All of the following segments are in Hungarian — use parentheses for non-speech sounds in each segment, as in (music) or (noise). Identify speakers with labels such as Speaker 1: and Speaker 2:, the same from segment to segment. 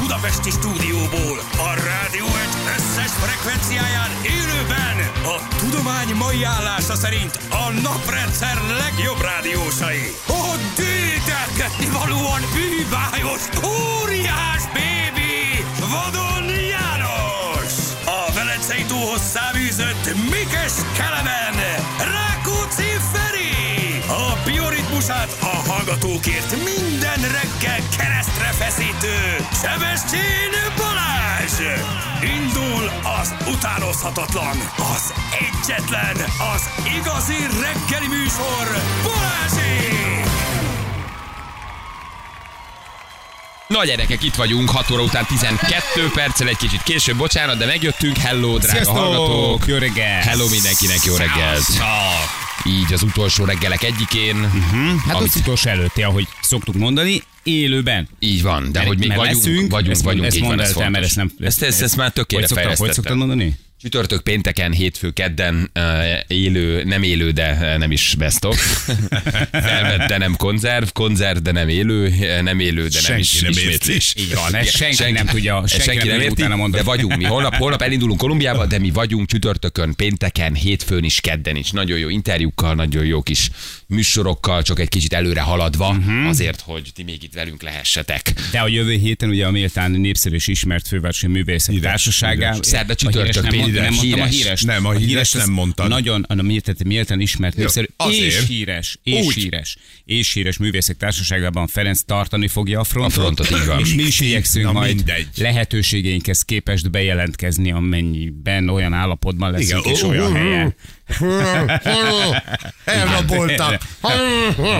Speaker 1: budapesti stúdióból, a rádió egy összes frekvenciáján élőben, a tudomány mai állása szerint a naprendszer legjobb rádiósai. A dédelgetni valóan bűvájos, óriás bébi, vadon János! A Velencei túlhoz száműzött Mikes Kelemen, Rákóczi Feri! A bioritmusát a hallgatókért minden reggel keresztre feszítő Sebestyén Balázs! Indul az utánozhatatlan, az egyetlen, az igazi reggeli műsor Balázsék!
Speaker 2: Na gyerekek, itt vagyunk, 6 óra után 12 perccel, egy kicsit később, bocsánat, de megjöttünk. Hello, drága hallgatók!
Speaker 3: Jó reggelt!
Speaker 2: Hello mindenkinek, jó reggelt! Így az utolsó reggelek egyikén. Uh-huh.
Speaker 3: Hát
Speaker 2: amit,
Speaker 3: az utolsó előtti, ahogy szoktuk mondani, élőben.
Speaker 2: így van, de
Speaker 3: Mert
Speaker 2: hogy még
Speaker 3: mert
Speaker 2: vagyunk,
Speaker 3: leszünk,
Speaker 2: vagyunk,
Speaker 3: ezt,
Speaker 2: vagyunk,
Speaker 3: ezt
Speaker 2: így van,
Speaker 3: mondd
Speaker 2: ez
Speaker 3: el te, mert
Speaker 2: fontos.
Speaker 3: ezt nem...
Speaker 2: ezt, ezt, ezt már tökére
Speaker 3: hogy szoktad, hogy
Speaker 2: fejlesztettem.
Speaker 3: szoktad mondani?
Speaker 2: Csütörtök, pénteken, hétfő, kedden eh, élő, nem élő, de eh, nem is best of.
Speaker 3: (laughs)
Speaker 2: Felvett, de nem konzerv, konzerv, de nem élő, eh, nem élő, de nem
Speaker 3: Senki
Speaker 2: is
Speaker 3: nem érti.
Speaker 2: ismétlés.
Speaker 3: Így van, ezt senki nem tudja,
Speaker 2: ezt
Speaker 3: senki nem tudja utána mondani.
Speaker 2: de vagyunk mi. Holnap, holnap elindulunk Kolumbiába, de mi vagyunk csütörtökön, pénteken, hétfőn is, kedden is. Nagyon jó interjúkkal, nagyon jó kis műsorokkal, csak egy kicsit előre haladva,
Speaker 3: Mhm.
Speaker 2: azért, hogy ti még itt velünk lehessetek.
Speaker 3: De a jövő héten ugye a méltán népszerű és ismert fővárosi művészek társaságá.
Speaker 2: Híres. Szerda,
Speaker 3: A híres
Speaker 2: csütörtök,
Speaker 3: nem
Speaker 2: péntek.
Speaker 3: mondta, nem mondtam a
Speaker 2: Híres.
Speaker 3: híres.
Speaker 4: Nem, a híres nem mondtad.
Speaker 3: Nagyon, a méltán, méltán ismert, népszerű és
Speaker 4: azért.
Speaker 3: híres, és
Speaker 4: Úgy.
Speaker 3: híres, és híres művészek társaságában Ferenc tartani fogja a frontot.
Speaker 2: A frontot, így van.
Speaker 3: És mi is igyekszünk
Speaker 4: Na,
Speaker 3: majd
Speaker 4: mindegy.
Speaker 3: lehetőségeinkhez képest bejelentkezni, amennyiben olyan állapotban leszünk
Speaker 4: Igen,
Speaker 3: és
Speaker 4: ó,
Speaker 3: olyan
Speaker 4: ó,
Speaker 3: helyen.
Speaker 4: Elraboltak.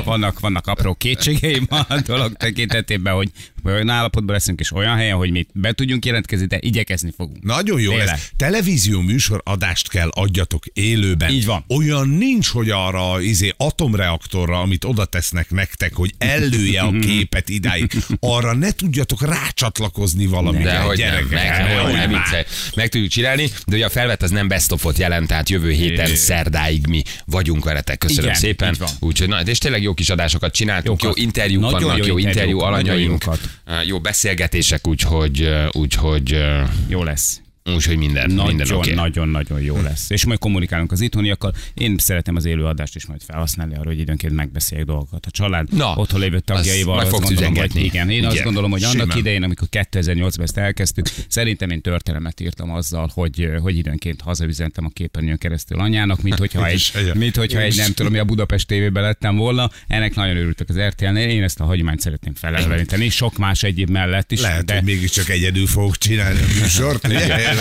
Speaker 3: vannak, vannak apró kétségeim a dolog tekintetében, hogy olyan állapotban leszünk, és olyan helyen, hogy mi be tudjunk jelentkezni, de igyekezni fogunk.
Speaker 4: Nagyon jó
Speaker 3: Tényleg.
Speaker 4: lesz. Televízió műsor adást kell adjatok élőben.
Speaker 3: Így van.
Speaker 4: Olyan nincs, hogy arra izé, atomreaktorra, amit oda tesznek nektek, hogy ellője a képet idáig, arra ne tudjatok rácsatlakozni valamire.
Speaker 2: De hogy nem,
Speaker 4: gyerekek.
Speaker 2: meg,
Speaker 4: Hát,
Speaker 2: nem,
Speaker 4: hogy
Speaker 2: nem,
Speaker 4: már.
Speaker 2: viccelj. meg tudjuk csinálni, de ugye a felvet az nem best ofot jelent, tehát jövő héten szerdáig mi vagyunk veletek. Köszönöm
Speaker 3: Igen,
Speaker 2: szépen.
Speaker 3: így van.
Speaker 2: Úgyhogy na, és tényleg jó kis adásokat csináltunk,
Speaker 3: Jókat.
Speaker 2: jó interjúk
Speaker 3: Nagyon
Speaker 2: vannak, jó,
Speaker 3: jó interjúk,
Speaker 2: interjú
Speaker 3: nagyon
Speaker 2: alanyaink,
Speaker 3: jókat.
Speaker 2: jó beszélgetések, úgyhogy, úgyhogy,
Speaker 3: Jó lesz.
Speaker 2: úgyhogy minden, minden oké.
Speaker 3: Nagyon-nagyon-nagyon jó lesz. És majd kommunikálunk az itthoniakkal. Én szeretem az élőadást is majd felhasználni arra, hogy időnként megbeszéljek dolgokat. A család
Speaker 2: Na,
Speaker 3: Na, otthon lévő tagjaival.
Speaker 2: azt meg
Speaker 3: azt
Speaker 2: fogsz
Speaker 3: gondolom, hogy,
Speaker 2: üzengetni.
Speaker 3: igen, én azt
Speaker 2: Igen,
Speaker 3: gondolom, hogy annak
Speaker 4: simán.
Speaker 3: idején, amikor 2008-ban ezt elkezdtük, szerintem én történelmet írtam azzal, hogy, hogy időnként hazaüzentem a képernyőn keresztül anyának, mint hogyha egy,
Speaker 4: És egyen.
Speaker 3: mint hogyha egy nem tudom, mi a Budapest tévében lettem volna. Ennek nagyon örültek az RTL-nél. Én ezt a hagyományt szeretném felelveníteni, sok más egyéb mellett is.
Speaker 4: Lehet,
Speaker 3: de...
Speaker 4: hogy mégiscsak egyedül fogok csinálni a műsort. ugye?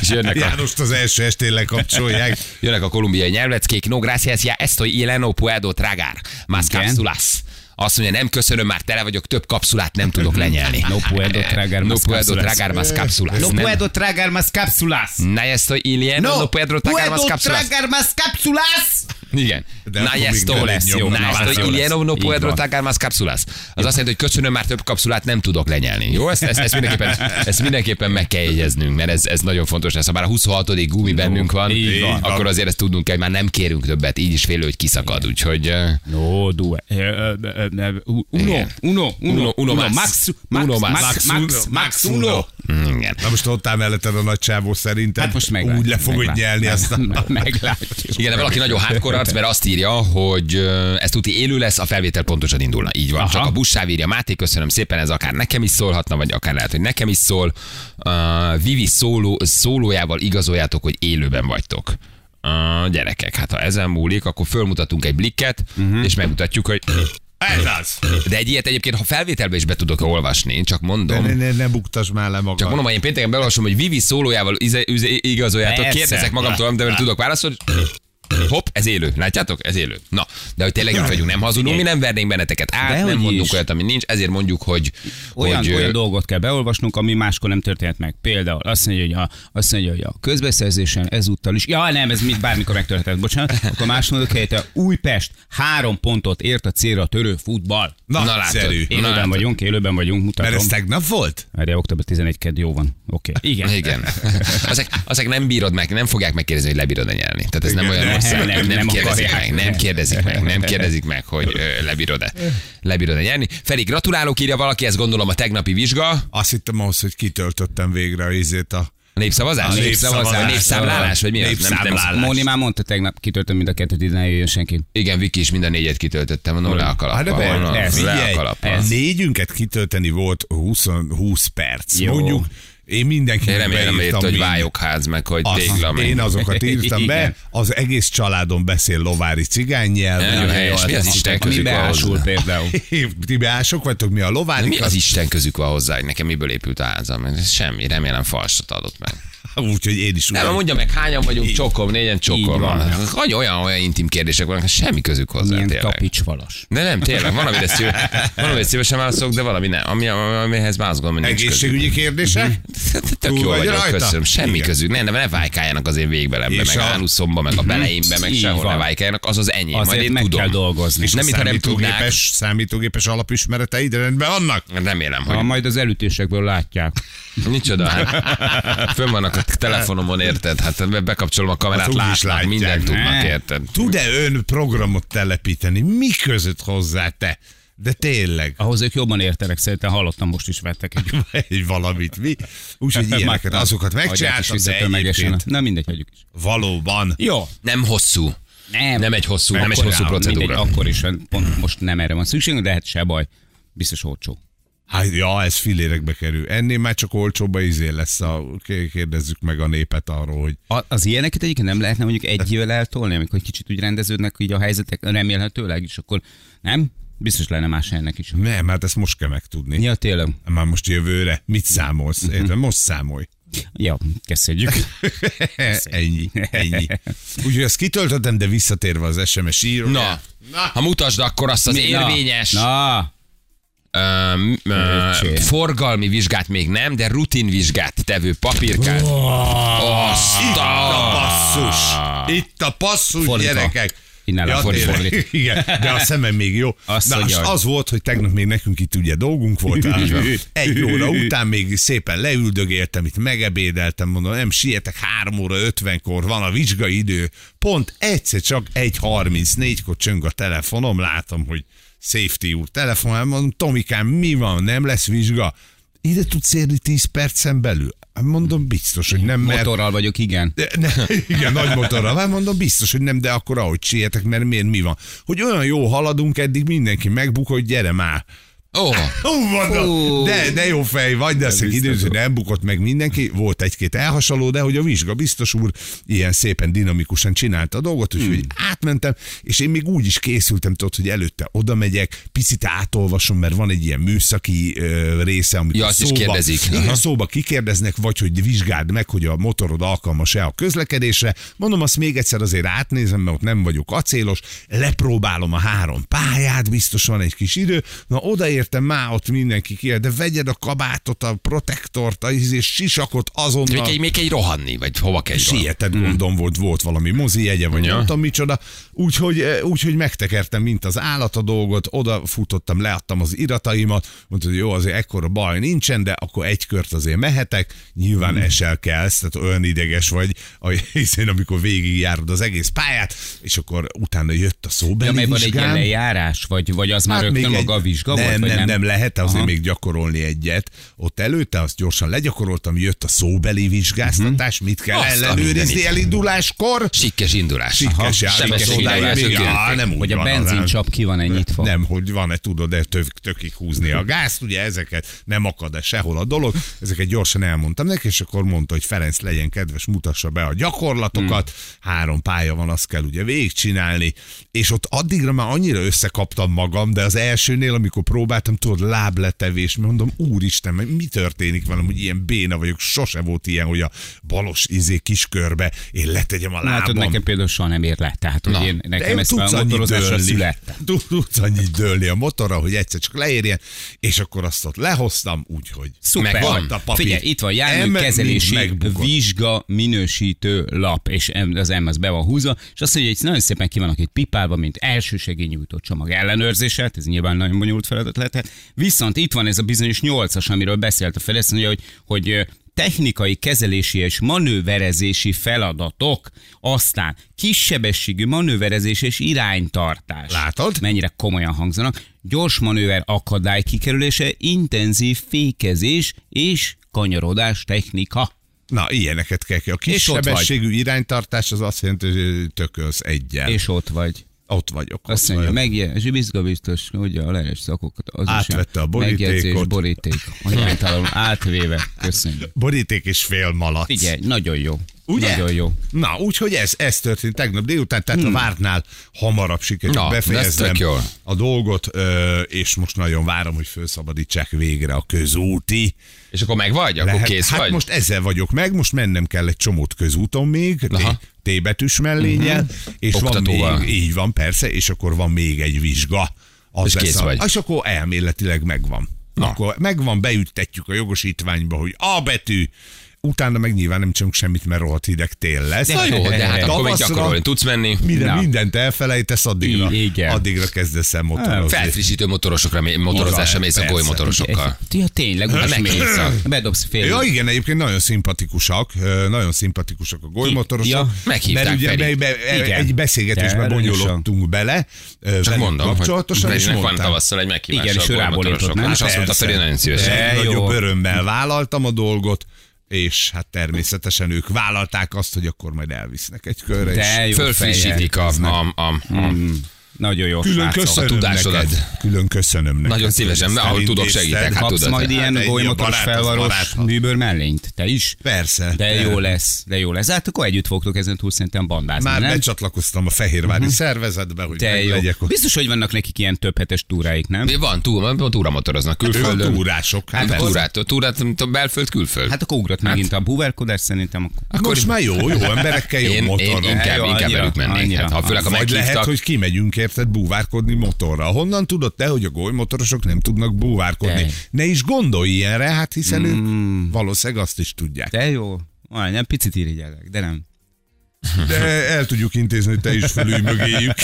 Speaker 2: És jönnek a-
Speaker 4: Jánost az első estén lekapcsolják.
Speaker 2: Jönnek a kolumbiai nyelvleckék, no gracias, ya estoy lleno puedo tragar, más
Speaker 3: Igen.
Speaker 2: capsulas. Azt mondja, nem köszönöm, már tele vagyok, több kapszulát nem tudok lenyelni.
Speaker 3: No puedo tragar
Speaker 2: no
Speaker 3: más
Speaker 2: puedo
Speaker 3: capsulas.
Speaker 2: tragar más capsulas.
Speaker 3: No
Speaker 2: Nem-
Speaker 3: puedo tragar más cápsulas.
Speaker 2: Na estoy lleno, no, puedo tragar más cápsulas.
Speaker 3: tragar más cápsulas.
Speaker 2: Igen.
Speaker 4: De
Speaker 2: Na
Speaker 4: akkor még
Speaker 2: estoy,
Speaker 4: belenyomnak.
Speaker 2: na
Speaker 3: Na,
Speaker 2: estoy
Speaker 3: jó lesz.
Speaker 2: lleno, no
Speaker 3: Így
Speaker 2: puedo
Speaker 3: van.
Speaker 2: tragar más capsulas. Az azt jelenti, hogy köszönöm, már több kapszulát nem tudok lenyelni. Jó, ezt, ezt, ezt, mindenképpen, ezt mindenképpen meg kell jegyeznünk, mert ez, ez nagyon fontos lesz. Ha már a 26. gumi bennünk van,
Speaker 3: Így van.
Speaker 2: akkor azért ezt tudnunk kell, hogy már nem kérünk többet, így is félő, hogy kiszakad. Úgyhogy eh,
Speaker 3: No, due. eh, eh, eh, eh, u- Uno,
Speaker 2: Igen.
Speaker 3: uno, uno,
Speaker 2: uno más.
Speaker 3: Max, max,
Speaker 2: Uno más.
Speaker 3: max, max, max, uno.
Speaker 2: Hát mm, igen.
Speaker 4: Na most ott áll melletted a nagy csávó szerintem.
Speaker 3: Hát most meglátjuk.
Speaker 4: Úgy le fogod
Speaker 3: meglátjuk.
Speaker 4: nyelni
Speaker 3: (laughs)
Speaker 4: azt a...
Speaker 3: Meg- Meglátjuk.
Speaker 2: Igen, de valaki nagyon hardcore arc, mert azt írja, hogy ö, ez tuti élő lesz, a felvétel pontosan indulna. Így van. Aha.
Speaker 3: Aha.
Speaker 2: Csak a buszsáv írja, Máté, köszönöm szépen, ez akár nekem is szólhatna, vagy akár lehet, hogy nekem is szól. Uh, Vivi szóló, szólójával igazoljátok, hogy élőben vagytok. Uh, gyerekek, hát ha ezen múlik, akkor fölmutatunk egy blikket, uh-huh. és megmutatjuk, hogy...
Speaker 4: Mhm. Ez az.
Speaker 2: De egy ilyet egyébként, ha felvételbe is be tudok olvasni, csak mondom.
Speaker 4: Ne, ne, ne buktasd már le magad.
Speaker 2: Csak mondom, ha én pénteken beolvasom, hogy Vivi szólójával ize, üze, igazoljátok,
Speaker 3: Persze.
Speaker 2: kérdezek magamtól, de mert tudok válaszolni. Hopp, ez élő. Látjátok? Ez élő. Na, de hogy tényleg itt vagyunk, nem hazudunk, mi nem vernénk benneteket át,
Speaker 3: Dehogy
Speaker 2: nem mondunk
Speaker 3: is.
Speaker 2: olyat, ami nincs, ezért mondjuk, hogy...
Speaker 3: olyan,
Speaker 2: hogy, ö,
Speaker 3: olyan dolgot kell beolvasnunk, ami máskor nem történt meg. Például azt mondja, hogy a, azt mondja, hogy a közbeszerzésen ezúttal is, ja nem, ez mit bármikor megtörtént, bocsánat, akkor más mondok helyette, Újpest három pontot ért a célra a törő futball.
Speaker 4: Na,
Speaker 2: Na, látod.
Speaker 4: szerű.
Speaker 2: Na,
Speaker 3: Élőben
Speaker 2: hát-
Speaker 3: vagyunk, élőben vagyunk, mutatom.
Speaker 4: Mert ez tegnap volt?
Speaker 3: Erre október 11 ked jó van. Oké. Okay. Igen. (laughs)
Speaker 2: Igen. Azek, azek nem bírod meg, nem fogják megkérdezni, hogy lebírod-e nyelni. Tehát ez nem
Speaker 4: Igen,
Speaker 2: olyan,
Speaker 4: nem,
Speaker 2: hozzá.
Speaker 3: Nem,
Speaker 2: Nem,
Speaker 3: nem
Speaker 2: nem, kérdezik
Speaker 3: akarják.
Speaker 2: meg, nem kérdezik meg, nem kérdezik meg, hogy ö, lebírod-e, lebírod-e nyerni. Feri, gratulálok, írja valaki, ezt gondolom a tegnapi vizsga.
Speaker 4: Azt hittem ahhoz, hogy kitöltöttem végre a izét a...
Speaker 2: A népszavazás?
Speaker 4: A népszavazás.
Speaker 2: A népszámlálás, vagy mi az? Nem- nem-
Speaker 4: Népszámlálás.
Speaker 3: Móni már mondta tegnap, kitöltöm mind a kettőt, ide ne jöjjön senki.
Speaker 2: Igen, Viki is mind a négyet kitöltöttem, mondom, le a kalappal.
Speaker 4: Hát de be,
Speaker 2: Mondom,
Speaker 4: ez,
Speaker 2: le a
Speaker 4: figyelj,
Speaker 2: kalappal.
Speaker 4: ez. négyünket kitölteni volt 20, 20 perc.
Speaker 3: Jó.
Speaker 4: Jó. Mondjuk, én
Speaker 2: Én
Speaker 4: mindenkinek
Speaker 2: remélem,
Speaker 4: beírtam
Speaker 2: itt, hogy
Speaker 4: mind-
Speaker 2: vályogház, meg hogy tégla.
Speaker 4: Azt,
Speaker 2: meg-
Speaker 4: én azokat írtam
Speaker 3: Igen.
Speaker 4: be, az egész családom beszél lovári cigány nyelven.
Speaker 2: Nagyon helyes, mi az
Speaker 4: azt
Speaker 2: Isten
Speaker 4: hittem,
Speaker 3: Mi
Speaker 2: közük van
Speaker 3: beásul
Speaker 2: hozzá? (laughs)
Speaker 3: például.
Speaker 4: Ti beások vagytok, mi a lovári?
Speaker 2: Mi az Isten közük van hozzá, hogy nekem miből épült a házam? Ez semmi, remélem falsat adott meg.
Speaker 4: Úgyhogy én is
Speaker 2: Nem,
Speaker 4: ugyan-
Speaker 2: mondja meg, hányan vagyunk, csokom, négyen csokom.
Speaker 3: Így van.
Speaker 2: Van. Hogy olyan, olyan intim kérdések vannak, semmi közük hozzá
Speaker 3: Milyen
Speaker 2: Szóval tényleg.
Speaker 3: kapicsfalas.
Speaker 2: De nem, tényleg, van, amire, szív... van, amire szívesen válaszolok, de valami nem. Ami, ami- amihez más gondolom, nincs Mhm.
Speaker 4: Egészségügyi kérdése?
Speaker 2: közük. Tök
Speaker 4: Túl
Speaker 2: jól
Speaker 4: vagy
Speaker 2: vagyok,
Speaker 4: rajta?
Speaker 2: köszönöm. Semmi
Speaker 4: Igen.
Speaker 2: közük. Ne, ne, ne vájkáljanak az én végbelembe,
Speaker 4: És
Speaker 2: meg a...
Speaker 4: a- Mhm.
Speaker 2: ánuszomba, meg a beleimbe, meg
Speaker 3: Így
Speaker 2: sehol ne
Speaker 3: van.
Speaker 2: vájkáljanak. Az az enyém, majd
Speaker 3: Azért
Speaker 2: én
Speaker 3: meg
Speaker 2: tudom.
Speaker 3: kell dolgozni.
Speaker 2: És nem, mintha nem tudnák.
Speaker 4: számítógépes, számítógépes alapismereteid rendben vannak?
Speaker 2: Remélem, hogy
Speaker 3: Ha majd az elütésekből látják.
Speaker 2: Nincs oda. Hát, (laughs) fönn vannak a telefonomon, érted? Hát be- bekapcsolom a kamerát,
Speaker 4: Hát úgy is
Speaker 2: látnak,
Speaker 4: látják,
Speaker 2: mindent
Speaker 4: ne?
Speaker 2: tudnak, érted?
Speaker 4: Tud-e ön programot telepíteni? Mi között hozzá te? De tényleg, (laughs)
Speaker 3: Ahhoz ők jobban értenek, szerintem hallottam, most is vettek egy
Speaker 4: egy valamit mi.
Speaker 3: (laughs)
Speaker 4: Úgyhogy
Speaker 3: Hát,
Speaker 4: ilyeneket, azokat megcsináltam, de egyébként
Speaker 3: Na mindegy, hagyjuk is.
Speaker 4: valóban.
Speaker 3: Jó.
Speaker 2: Nem hosszú. Nem egy hosszú, nem egy hosszú procedúra.
Speaker 3: Mindegy, akkor is, pont most nem erre van szükségünk, de hát se baj. Biztos olcsó.
Speaker 4: Hát, ja, ez filérekbe kerül. Ennél már csak olcsóbb izé lesz. A, ké- kérdezzük meg a népet arról, hogy
Speaker 3: A, az ilyeneket egyébként nem lehetne mondjuk egy évvel eltolni, amikor egy kicsit úgy rendeződnek így a helyzetek, remélhetőleg is, akkor nem? Biztos lenne más ennek is.
Speaker 4: nem, hát ezt most kell megtudni.
Speaker 3: Ja, tényleg.
Speaker 4: Már most jövőre. Mit számolsz? Érted? Most számolj.
Speaker 3: Ja,
Speaker 4: (laughs)
Speaker 3: kezdjük.
Speaker 4: ennyi, ennyi. Úgyhogy ezt kitöltöttem, de visszatérve az SMS író.
Speaker 2: Na, ha mutasd akkor azt az érvényes
Speaker 3: Na,
Speaker 2: öm, ö,
Speaker 3: Öcsém.
Speaker 2: forgalmi vizsgát még nem, de rutin vizsgát tevő papírkát.
Speaker 4: Itt a
Speaker 2: Aztán!
Speaker 4: passzus! Itt a passzus,
Speaker 3: Ah. Fordítva.
Speaker 4: gyerekek!
Speaker 3: Innen le- fordítva,
Speaker 4: tényleg. (laughs)
Speaker 3: fordítva.
Speaker 4: Igen, de a szemem még jó.
Speaker 3: Azt
Speaker 4: Na,
Speaker 3: mondja,
Speaker 4: az,
Speaker 3: hogy-
Speaker 4: az volt, hogy tegnap még nekünk itt ugye
Speaker 3: (laughs)
Speaker 4: dolgunk volt.
Speaker 3: Így van.
Speaker 4: Egy óra után még szépen leüldögéltem, itt megebédeltem, mondom, nem sietek, három óra ötvenkor van a vizsgai idő. Pont egyszer csak 1.34-kor csöng a telefonom, látom, hogy safety úr telefonál, mondom, Tomikám, mi van, nem lesz vizsga? Ide tudsz érni 10 percen belül? Hát Mondom, biztos, hogy nem, mert
Speaker 3: motorral vagyok, igen.
Speaker 4: de, ne,
Speaker 2: (laughs)
Speaker 4: igen, nagy motorral. Már mondom, biztos, hogy nem, de akkor ahogy sietek, mert miért mi van? Hogy olyan jó haladunk, eddig mindenki megbuk, hogy gyere már.
Speaker 2: Ó,
Speaker 4: Hú, mondom, de, de jó fej vagy, de azt kiderült, hogy nem bukott meg mindenki. Volt egy-két elhasaló, de hogy a vizsga biztos úr ilyen szépen dinamikusan csinálta a dolgot, úgyhogy
Speaker 2: Hmm.
Speaker 4: átmentem, és én még úgy is készültem, tudod, hogy előtte oda megyek, picit átolvasom, mert van egy ilyen műszaki ö, része, amikor
Speaker 2: Ja, azt is
Speaker 4: szóba,
Speaker 2: kérdezik.
Speaker 4: Igen,
Speaker 2: Aha.
Speaker 4: szóba kikérdeznek, vagy hogy vizsgáld meg, hogy a motorod alkalmas-e a közlekedésre. Mondom, azt még egyszer azért átnézem, mert ott nem vagyok acélos, lepróbálom a három pályát, biztos van egy kis idő. Na, odaértem, már ott mindenki kiáll, de vegyed a kabátot, a protektort, a izé, sisakot
Speaker 2: még
Speaker 4: azonnal.
Speaker 2: egy, még egy rohanni, vagy hova kell egy rohanni?
Speaker 3: Mm.
Speaker 4: Sietett gondom volt, volt valami mozi jegye, vagy
Speaker 2: Ja.
Speaker 4: nem tudom micsoda. Úgyhogy, eh, úgyhogy megtekertem, mint az állat a dolgot, oda futottam, leadtam az irataimat, mondta, hogy jó, azért ekkora baj nincsen, de akkor egy kört azért mehetek, nyilván
Speaker 3: Mm.
Speaker 4: hmm. esel kellsz, tehát olyan ideges vagy, a, (laughs) hiszen amikor végigjárod az egész pályát, és akkor utána jött a
Speaker 3: Ja,
Speaker 4: szóbeli
Speaker 3: mert van egy ilyen
Speaker 4: vizsgám.
Speaker 3: lejárás, vagy, vagy az már rögtön maga a vizsga
Speaker 4: Hát nem,
Speaker 3: volt? vagy
Speaker 4: Nem, nem, nem lehet, azért
Speaker 3: Aha.
Speaker 4: Aha. még gyakorolni egyet. Ott előtte azt gyorsan legyakoroltam, jött a szóbeli vizsgáztatás,
Speaker 3: Mhm.
Speaker 4: mit kell
Speaker 2: Azt a mindenit.
Speaker 4: ellenőrizni eliduláskor.
Speaker 2: Sikkes indulás.
Speaker 4: Sikkes
Speaker 2: Aha.
Speaker 4: játékos
Speaker 2: Sebesség
Speaker 4: odáig
Speaker 2: indulás,
Speaker 4: még-
Speaker 2: igen.
Speaker 4: Ja, nem úgy
Speaker 3: Hogy a
Speaker 4: van, hanem-
Speaker 3: benzincsap ki van-e nyitva?
Speaker 4: Nem, hogy van-e, tudod-e tök, tökig húzni a gázt, ugye ezeket nem akad-e sehol a dolog. Ezeket gyorsan elmondtam neki, és akkor mondta, hogy Ferenc legyen kedves, mutassa be a gyakorlatokat. Három pálya van, azt kell ugye végigcsinálni. És ott addigra már annyira összekaptam magam, de az elsőnél, amikor próbáltam, tudod, lábletevés, mondom, úristen, meg mi történik velem, hogy ilyen béna vagyok, sose volt ilyen, hogy a balos izé kiskörbe én letegyem a lábam.
Speaker 3: Látod, Hát, nekem például soha nem ér le. Tehát, hogy
Speaker 2: Na.
Speaker 3: én,
Speaker 4: De
Speaker 3: nekem ezt már
Speaker 4: tudsz annyit
Speaker 3: motorozásra
Speaker 4: dőlni.
Speaker 3: születtem.
Speaker 4: Tud- Tudsz annyit dőlni a motorra, hogy egyszer csak leérjen, és akkor azt ott lehoztam, úgyhogy.
Speaker 3: Szuper.
Speaker 2: Megvan.
Speaker 3: Van.
Speaker 4: A papír.
Speaker 3: Figyelj, itt van jármű
Speaker 4: M
Speaker 3: kezelési
Speaker 4: mind megbukott.
Speaker 3: vizsga minősítő lap, és M- az M az be van húzva, és azt mondja, hogy nagyon szépen ki vannak itt pipálva, mint elsősegélynyújtó csomag ellenőrzéssel, ez nyilván nagyon bonyolult feladat lehet. Viszont itt van ez a bizonyos nyolcas, amiről beszélt a fel, azt mondja, hogy, hogy technikai kezelési és manőverezési feladatok, aztán kissebességű manőverezés és iránytartás.
Speaker 4: Látod?
Speaker 3: Mennyire komolyan hangzanak. Gyors manőver akadály kikerülése, intenzív fékezés és kanyarodás technika.
Speaker 4: Na, ilyeneket kell ki. A kis
Speaker 3: És ott vagy.
Speaker 4: sebességű iránytartás az azt jelenti, hogy tökölsz egyen. És
Speaker 3: És ott vagy.
Speaker 4: ott vagyok.
Speaker 3: Azt
Speaker 4: ott
Speaker 3: mondja,
Speaker 4: vagyok.
Speaker 3: meg Zsibizga biztos, ugye a lejes szakokat. Az is
Speaker 4: Átvette a borítékot.
Speaker 3: Megjegyzés, boríték. Ajántalanul átvéve. Köszönjük.
Speaker 4: Boríték és fél malac.
Speaker 3: Figyelj, nagyon jó.
Speaker 4: Ugye?
Speaker 3: Nagyon jó.
Speaker 4: Na, úgyhogy ez, ez történt tegnap délután, tehát hmm. a vártnál hamarabb sikerült
Speaker 2: Na,
Speaker 4: Na,
Speaker 2: de ez
Speaker 4: befejeznem
Speaker 2: tök jó.
Speaker 4: a dolgot, ö, és most nagyon várom, hogy felszabadítsák végre a közúti.
Speaker 2: És akkor meg vagy? Akkor Lehet, kész
Speaker 4: hát
Speaker 2: vagy?
Speaker 4: most ezzel vagyok meg, most mennem kell egy csomót közúton még,
Speaker 2: Aha. Mhm.
Speaker 4: T- T betűs mellényel, és
Speaker 2: Oktatóval.
Speaker 4: van még, így van, persze, és akkor van még egy vizsga. Az
Speaker 2: És
Speaker 4: lesz
Speaker 2: kész
Speaker 4: a-
Speaker 2: vagy.
Speaker 4: És akkor elméletileg megvan. Na. Akkor megvan, beüttetjük a jogosítványba, hogy A betű, utána meg nyilván nem csinálunk semmit, mert rohadt hideg tél lesz.
Speaker 2: Na jó, de hát akkor még
Speaker 4: Tavaszra
Speaker 2: gyakorolni tudsz menni.
Speaker 4: Mire
Speaker 3: Na.
Speaker 4: mindent elfelejtesz, addigra,
Speaker 3: I- igen.
Speaker 4: addigra kezdesz el motorozni.
Speaker 2: Felfrissítő motorosokra, mé- motorozásra
Speaker 4: Igen,
Speaker 2: mész a
Speaker 4: persze.
Speaker 2: goly motorosokkal.
Speaker 3: Ti a tényleg úgy mész. a- Bedobsz fél.
Speaker 4: Ja, igen, egyébként nagyon szimpatikusak, ö, nagyon szimpatikusak a golymotorosok.
Speaker 3: Ja,
Speaker 2: meghívták
Speaker 4: Mert ugye be,
Speaker 2: Ferit.
Speaker 4: be,
Speaker 3: Igen.
Speaker 4: egy beszélgetésbe
Speaker 3: Természetesen.
Speaker 4: bonyolultunk bele, ö,
Speaker 2: Csak
Speaker 4: velük
Speaker 2: mondom, hogy
Speaker 4: kapcsolatosan, és
Speaker 2: Ferinek van
Speaker 4: mondtam.
Speaker 2: tavasszal egy meghívása
Speaker 3: Igen, és
Speaker 2: a goly
Speaker 3: őrából
Speaker 2: motorosokra.
Speaker 3: jutott, nem?
Speaker 2: És azt mondta
Speaker 4: Persze.
Speaker 2: Feri nagyon szívesen.
Speaker 3: De jó.
Speaker 4: Legnagyobb örömmel vállaltam a dolgot, és hát természetesen ők vállalták azt, hogy akkor majd elvisznek egy körre. és
Speaker 3: De jó fejjel.
Speaker 2: Fölfrissítik a, a, a, a
Speaker 3: Nagyon jó.
Speaker 4: külön
Speaker 3: srácok.
Speaker 4: köszönöm
Speaker 2: a tudásodat.
Speaker 4: neked. Külön köszönöm neked.
Speaker 2: Nagyon
Speaker 4: hogy
Speaker 2: szívesen,
Speaker 4: ezt
Speaker 2: ahol tudok,
Speaker 4: elintézted.
Speaker 2: segítek. Hát
Speaker 3: Kapsz
Speaker 2: tudod,
Speaker 3: majd
Speaker 2: hát
Speaker 4: egy
Speaker 3: ilyen
Speaker 4: barát
Speaker 3: golymotoros
Speaker 4: az
Speaker 3: felvaros
Speaker 4: baráthoz.
Speaker 3: bűbőr mellényt. Te is?
Speaker 4: Persze.
Speaker 3: De jó
Speaker 4: Persze.
Speaker 3: lesz, de jó lesz. Hát akkor együtt fogtok ezen túl szerintem bandázni,
Speaker 4: Már
Speaker 3: nem?
Speaker 4: becsatlakoztam a Fehérvári
Speaker 2: Mhm.
Speaker 4: uh-huh. szervezetbe, hogy
Speaker 3: Te jó.
Speaker 4: legyek ott.
Speaker 3: Biztos, hogy vannak nekik ilyen több hetes túráik, nem?
Speaker 2: Van, túl, túra motoroznak
Speaker 4: Ők a
Speaker 2: külföldön.
Speaker 4: túrások. Hát,
Speaker 2: Hát
Speaker 4: hát
Speaker 2: túrát, túrát, mint a belföld, külföld.
Speaker 3: Hát akkor ugrott megint a búverkodás, szerintem akkor...
Speaker 4: akkor most már jó, jó emberekkel, jó
Speaker 2: én, én
Speaker 4: motorral.
Speaker 2: inkább,
Speaker 3: Jó,
Speaker 2: inkább
Speaker 3: annyira,
Speaker 2: velük mennék.
Speaker 3: annyira.
Speaker 2: Hát, ha főleg, ha
Speaker 4: Vagy lehet,
Speaker 2: meghívtak,
Speaker 4: hogy kimegyünk érted búvárkodni motorral. Honnan tudod te, hogy a golymotorosok nem tudnak búvárkodni?
Speaker 3: Te.
Speaker 4: Ne is gondolj ilyenre, hát hiszen
Speaker 2: Mm.
Speaker 4: ők valószínűleg azt is tudják.
Speaker 3: De jó. Majdnem picit irigyelek, de nem.
Speaker 4: De el tudjuk intézni, hogy te is fölülj mögéjük.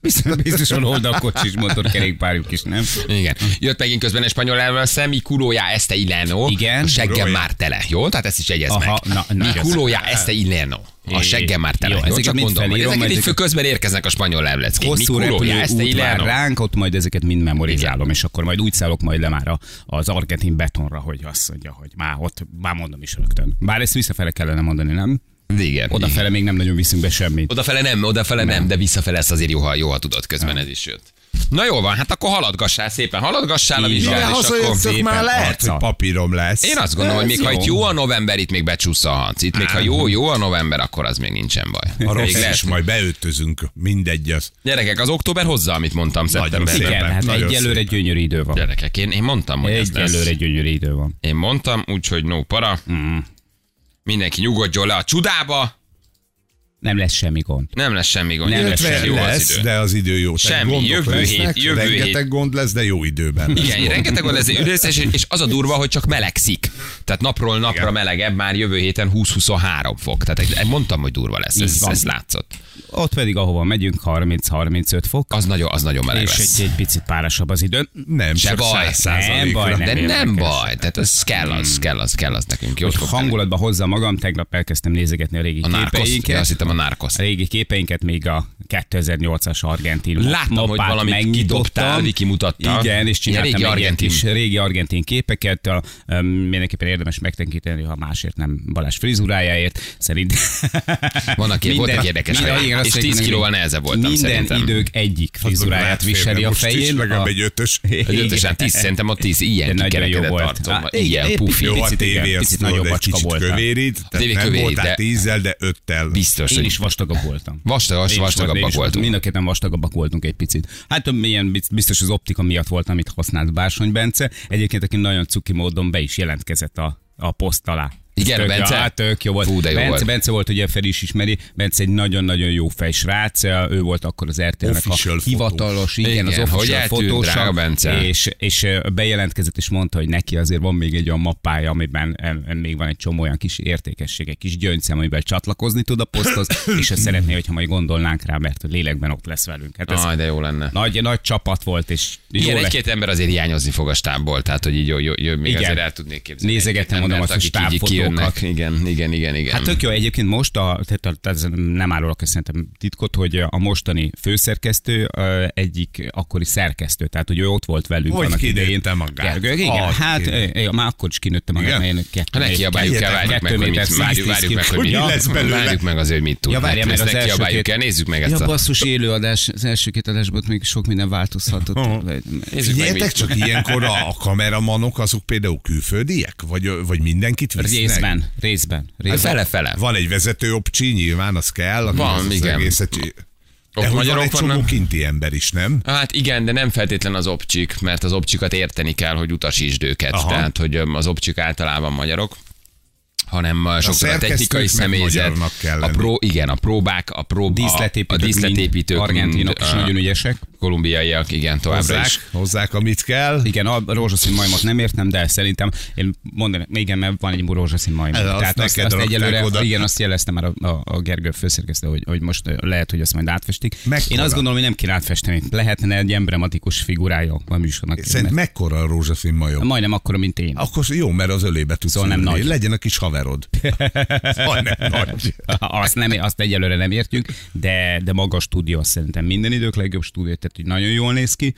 Speaker 3: Biztos, biztosan oldal kocsis motorkerékpárjuk is, nem?
Speaker 2: Igen.
Speaker 3: Hm.
Speaker 2: Jött megint közben egy spanyol elvvel szem, mi kulója este ileno,
Speaker 3: Igen.
Speaker 2: a seggem
Speaker 4: Kulója.
Speaker 2: már tele. Jó? Tehát ezt is jegyez
Speaker 3: Aha,
Speaker 2: meg.
Speaker 3: na, na,
Speaker 2: mi
Speaker 3: igaz.
Speaker 2: kulója este ileno, a
Speaker 3: É,
Speaker 2: seggem már tele.
Speaker 3: jó,
Speaker 2: Jó,
Speaker 3: ezeket
Speaker 2: csak
Speaker 3: mind
Speaker 2: mondom, hogy
Speaker 3: felírom,
Speaker 2: ezeket így
Speaker 3: ezeket-
Speaker 2: fő- közben érkeznek a spanyol levleckék. Mi
Speaker 3: Hosszú
Speaker 2: kulója
Speaker 3: repülő
Speaker 2: este
Speaker 3: út vár
Speaker 2: ileno.
Speaker 3: ránk, ott majd ezeket mind memorizálom, és akkor majd úgy szállok majd le már a- az argentin betonra, hogy azt mondja, hogy már ott, már mondom is rögtön. Bár ezt visszafele kellene mondani, nem?
Speaker 2: Igen.
Speaker 3: Odafele még nem nagyon viszünk be semmit.
Speaker 2: Odafele nem, odafele nem, nem de visszafele ezt azért jó, ha, jó, ha tudod, közben ez is jött. Na jó van, hát akkor haladgassál szépen, haladgassál a
Speaker 3: Így van.
Speaker 4: Mire
Speaker 2: vizsgát, és akkor...
Speaker 4: hazajöttök, már
Speaker 3: szépen
Speaker 4: lehet,
Speaker 3: arccal.
Speaker 4: hogy papírom lesz.
Speaker 2: Én azt gondolom, hogy
Speaker 3: Ez
Speaker 2: még ha
Speaker 3: jó.
Speaker 2: itt jó a november, itt még becsúszhatsz. Itt még ha jó, jó a november, akkor az még nincsen baj.
Speaker 4: A rossz
Speaker 2: Még
Speaker 4: is,
Speaker 2: lehet.
Speaker 4: majd beöltözünk, mindegy az.
Speaker 2: Gyerekek, az október hozza, amit mondtam szeptemberben.
Speaker 4: szép.
Speaker 3: Igen,
Speaker 4: szépen.
Speaker 3: hát
Speaker 4: Nagyon
Speaker 3: egyelőre
Speaker 4: szépen.
Speaker 3: gyönyörű idő van.
Speaker 2: Gyerekek, én, én mondtam, hogy ez lesz.
Speaker 3: Egyelőre gyönyörű idő van.
Speaker 2: Én mondtam, úgyhogy no para.
Speaker 3: Mm.
Speaker 2: Mindenki nyugodjon le a csudába,
Speaker 3: Nem lesz semmi gond.
Speaker 2: nem lesz semmi gond.
Speaker 3: Nem
Speaker 2: Jövő
Speaker 3: lesz
Speaker 2: héten
Speaker 3: semmi
Speaker 4: Ötven
Speaker 2: jó az
Speaker 4: lesz,
Speaker 2: idő.
Speaker 4: de az idő jó. Tehát
Speaker 2: Semmi,
Speaker 4: gondok
Speaker 2: jövő hét,
Speaker 4: lesznek,
Speaker 2: jövő hét.
Speaker 4: rengeteg gond lesz, de jó időben lesz.
Speaker 2: Igen,
Speaker 4: gond.
Speaker 2: rengeteg van ez üdész, és, és az a durva, hogy csak melegszik. Tehát napról napra
Speaker 4: Igen.
Speaker 2: melegebb, már jövő héten 20-23 fok. Tehát egy- mondtam, hogy durva lesz, ez,
Speaker 3: van.
Speaker 2: ez látszott.
Speaker 3: Ott pedig, ahova megyünk, 30-35 fok,
Speaker 2: Az nagyon, az nagyon meleg
Speaker 3: és
Speaker 2: lesz.
Speaker 3: egy, egy picit párasabb az idő.
Speaker 4: Nem,
Speaker 2: Se
Speaker 4: csak
Speaker 2: baj,
Speaker 4: száz százalékra.
Speaker 3: baj,
Speaker 2: De
Speaker 3: Nem
Speaker 2: nem
Speaker 3: érdekes. Mm.
Speaker 2: baj, tehát ez kell, az kell, az kell, az nekünk jót
Speaker 3: Hogy
Speaker 2: fog tenni.
Speaker 3: hangulatba hozza magam, tegnap elkezdtem nézegetni a régi
Speaker 2: A nárkosz, én azt
Speaker 3: képeinket.
Speaker 2: hittem a nárkosz.
Speaker 3: A régi képeinket még a 2008-as argentin
Speaker 2: Láttam, hogy
Speaker 3: mappát
Speaker 2: valamit
Speaker 3: megnyitottam.
Speaker 2: kidobtál, Viki mutatta.
Speaker 3: Igen, és
Speaker 2: Ilyen
Speaker 3: csináltam
Speaker 2: régi
Speaker 3: régi
Speaker 2: argentin.
Speaker 3: argentin. Is, régi argentin képeket. A, um, mindenképpen érdemes megtekinteni, ha másért nem Balázs frizurájáért.
Speaker 2: (laughs)
Speaker 3: Szerintem.
Speaker 2: Van, aki- volt egy érdekes
Speaker 3: minden-
Speaker 2: feje.
Speaker 3: igen, azt
Speaker 2: És
Speaker 3: mondják,
Speaker 2: 10
Speaker 3: minden-
Speaker 2: kilóval nehezebb voltam,
Speaker 3: Minden
Speaker 2: szerintem.
Speaker 3: idők egyik frizuráját
Speaker 4: Látfélben
Speaker 3: viseli a
Speaker 4: most is
Speaker 3: fején.
Speaker 4: legalább
Speaker 3: A-
Speaker 4: egy ötös.
Speaker 2: (laughs) Egy ötösen, tíz, szerintem a tíz ilyen
Speaker 3: De nagyon
Speaker 2: kikerekedett
Speaker 3: jó volt.
Speaker 2: arcom.
Speaker 3: Á,
Speaker 2: Igen,
Speaker 3: igen,
Speaker 2: pufi.
Speaker 4: Jó, a
Speaker 3: Picit igen,
Speaker 4: tévé azt
Speaker 3: picit
Speaker 4: tudod,
Speaker 3: nagyobb
Speaker 4: egy
Speaker 3: macska
Speaker 4: kicsit
Speaker 3: voltam.
Speaker 4: kövérít, tehát
Speaker 2: tévé
Speaker 4: nem
Speaker 2: kövérít,
Speaker 4: voltál
Speaker 2: de-
Speaker 4: tízzel, de öttel.
Speaker 2: Biztos,
Speaker 3: Én
Speaker 2: hogy
Speaker 3: is vastagabb voltam.
Speaker 2: Vastagas,
Speaker 3: Én is
Speaker 2: vastagabbak
Speaker 3: volt- én is-
Speaker 2: voltunk.
Speaker 3: Mind a kéten vastagabbak voltunk egy picit. Hát több ilyen biz- biztos az optika miatt volt, amit használt Bársony Bence. Egyébként, aki nagyon cuki módon be is jelentkezett a, a poszt alá.
Speaker 2: Igen,
Speaker 3: tök,
Speaker 2: Bence?
Speaker 3: Ja, hát tök jó volt.
Speaker 2: Fú, de jó
Speaker 3: Bence,
Speaker 2: volt.
Speaker 3: Bence volt, ugye Feri is ismeri, Bence egy nagyon-nagyon jó fej srác, ő volt akkor az RTL-nek
Speaker 4: Official
Speaker 3: a
Speaker 4: fotós.
Speaker 3: hivatalos, igen,
Speaker 2: Igen,
Speaker 3: az
Speaker 2: hogy
Speaker 3: official
Speaker 2: eltűnt,
Speaker 3: fotósa,
Speaker 2: drága Bence?
Speaker 3: És, és ö, bejelentkezett és mondta, hogy neki azért van még egy olyan mappája, amiben em, em, még van egy csomó olyan kis értékesség, egy kis gyöngyszem, amivel csatlakozni tud a poszthoz, és ezt szeretné, hogyha majd gondolnánk rá, mert hogy lélekben ott lesz velünk. Hát ez
Speaker 2: Aj, de jó lenne.
Speaker 3: nagy, nagy csapat volt, és jó
Speaker 2: Igen,
Speaker 3: lett.
Speaker 2: egy-két ember azért hiányozni fog a stábból, tehát hogy így jó, jó, jó még
Speaker 3: Igen.
Speaker 2: azért el tudnék képzelni.
Speaker 3: Nézegettem
Speaker 2: egy-két
Speaker 3: oda
Speaker 2: embert,
Speaker 3: azt a
Speaker 2: akik így
Speaker 3: stábfotókat.
Speaker 2: kijönnek. Igen, igen, igen, igen.
Speaker 3: Hát tök jó, egyébként most, a, tehát a, tehát ez nem árulok el szerintem titkot, hogy a mostani főszerkesztő ö, egyik akkori szerkesztő, tehát hogy ő ott volt velünk
Speaker 4: Hogy
Speaker 3: annak
Speaker 4: kinőtte
Speaker 3: idején.
Speaker 4: magát?
Speaker 3: Gergő, igen,
Speaker 4: Hogy
Speaker 3: hát
Speaker 4: kinőtte?
Speaker 3: ö, ö, már akkor is kinőtte magát,
Speaker 4: Igen?
Speaker 3: mert én
Speaker 2: Ha
Speaker 3: kettő.
Speaker 2: ne kiabáljuk el,
Speaker 4: Kiabáljuk
Speaker 2: várjuk meg, hogy mit, várjuk, várjuk meg, hogy mit,
Speaker 4: mi lesz belőle.
Speaker 2: várjuk meg azért, mit tud.
Speaker 3: Ja,
Speaker 2: Hát
Speaker 3: várjál, mert
Speaker 2: ezt
Speaker 3: az
Speaker 2: ne
Speaker 3: első
Speaker 2: kiabáljuk
Speaker 3: két...
Speaker 2: el, nézzük meg ezt
Speaker 3: ja,
Speaker 2: a...
Speaker 3: basszus, élőadás, az első két adásban ott még sok minden változhatott.
Speaker 2: Nézzük meg,
Speaker 4: Figyeljetek
Speaker 2: mit
Speaker 4: csak, ilyenkor a
Speaker 2: (laughs)
Speaker 4: a kameramanok azok például külföldiek? Vagy, vagy mindenkit visznek?
Speaker 3: Részben, részben,
Speaker 2: Hát
Speaker 3: részben.
Speaker 2: fele-fele.
Speaker 4: Van egy vezető opcsi, nyilván az kell. aki
Speaker 2: Van,
Speaker 4: az
Speaker 2: igen.
Speaker 4: Egészet...
Speaker 2: Ott
Speaker 4: De hogy van
Speaker 2: magyarok
Speaker 4: egy csomó
Speaker 2: vannak?
Speaker 4: kinti ember is, nem?
Speaker 2: Hát igen, de nem feltétlen az opcsik, mert az opcsikat érteni kell, hogy utasítsd őket.
Speaker 4: Aha.
Speaker 2: Tehát, hogy öm, az opcsik általában magyarok hanem ö, sokszor a
Speaker 4: szerkesztők
Speaker 2: technikai
Speaker 4: meg
Speaker 2: személyzet,
Speaker 4: magyarnak kell
Speaker 2: a,
Speaker 4: lenni.
Speaker 2: pró, igen, a próbák, a, prób, a, a
Speaker 3: Díszletépítők, mind,
Speaker 2: díszletépítők, mind,
Speaker 3: argentinok is
Speaker 2: ö,
Speaker 3: nagyon ügyesek.
Speaker 2: kolumbiaiak, igen, továbbra
Speaker 4: Hozzák,
Speaker 2: is.
Speaker 4: hozzák, amit kell.
Speaker 3: Igen, a rózsaszín majmot nem értem, de szerintem én mondanám, igen, mert van egy rózsaszín majm.
Speaker 4: El, azt
Speaker 3: Tehát azt,
Speaker 4: neked
Speaker 3: azt
Speaker 4: rakták
Speaker 3: egyelőre,
Speaker 4: oda.
Speaker 3: igen, azt jelezte már a, a, a Gergő főszerkesztő, hogy, hogy most ö, lehet, hogy azt majd átfestik.
Speaker 4: Mekkora?
Speaker 3: Én azt gondolom, hogy nem kell átfesteni. Lehetne egy emblematikus figurája a műsornak.
Speaker 4: Szerint
Speaker 3: Mert-
Speaker 4: mekkora a rózsaszín majom?
Speaker 3: Majdnem akkora, mint én.
Speaker 4: Akkor jó, mert az ölébe tudsz
Speaker 3: Szóval nem
Speaker 4: ülni.
Speaker 3: nagy.
Speaker 4: Legyen a kis
Speaker 2: (laughs)
Speaker 4: haverod. Ha nem nagy.
Speaker 3: (laughs) Azt, nem, azt egyelőre nem értjük, de, de maga a stúdió azt szerintem minden idők legjobb stúdió, tehát hogy nagyon jól néz ki.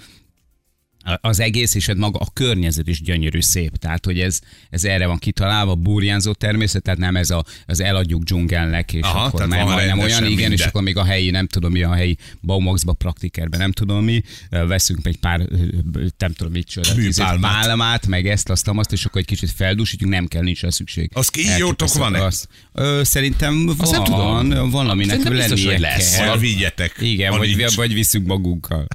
Speaker 3: A- Az egész és hát maga a környezet is gyönyörű szép, tehát hogy ez, ez erre van kitalálva, burjánzó természet, tehát nem ez a, az eladjuk dzsungelnek, és
Speaker 4: Aha,
Speaker 3: Aha, akkor
Speaker 4: tehát
Speaker 3: már
Speaker 4: van
Speaker 3: majdnem
Speaker 4: rendesen
Speaker 3: olyan, igen,
Speaker 4: minden.
Speaker 3: és akkor még a helyi, nem tudom mi, a helyi Baumaxba, praktikerbe, nem tudom mi, ö, veszünk még pár, ö, ö, nem tudom mit csoda, tíz
Speaker 4: Műpálmát.
Speaker 3: pálmát, meg ezt, azt, azt, és akkor egy kicsit feldúsítjuk, nem kell, nincs rá szükség.
Speaker 4: Az kígyótok
Speaker 3: Elképesztő.
Speaker 4: van-e?
Speaker 3: Az- Ö, szerintem van,
Speaker 2: nem tudom.
Speaker 3: van, aminek
Speaker 2: Szerintem biztos,
Speaker 3: lennie
Speaker 2: hogy lesz.
Speaker 3: kell.
Speaker 4: Arra vigyetek.
Speaker 3: Igen,
Speaker 4: ha
Speaker 3: vagy,
Speaker 4: nincs.
Speaker 3: vagy viszünk magunkkal.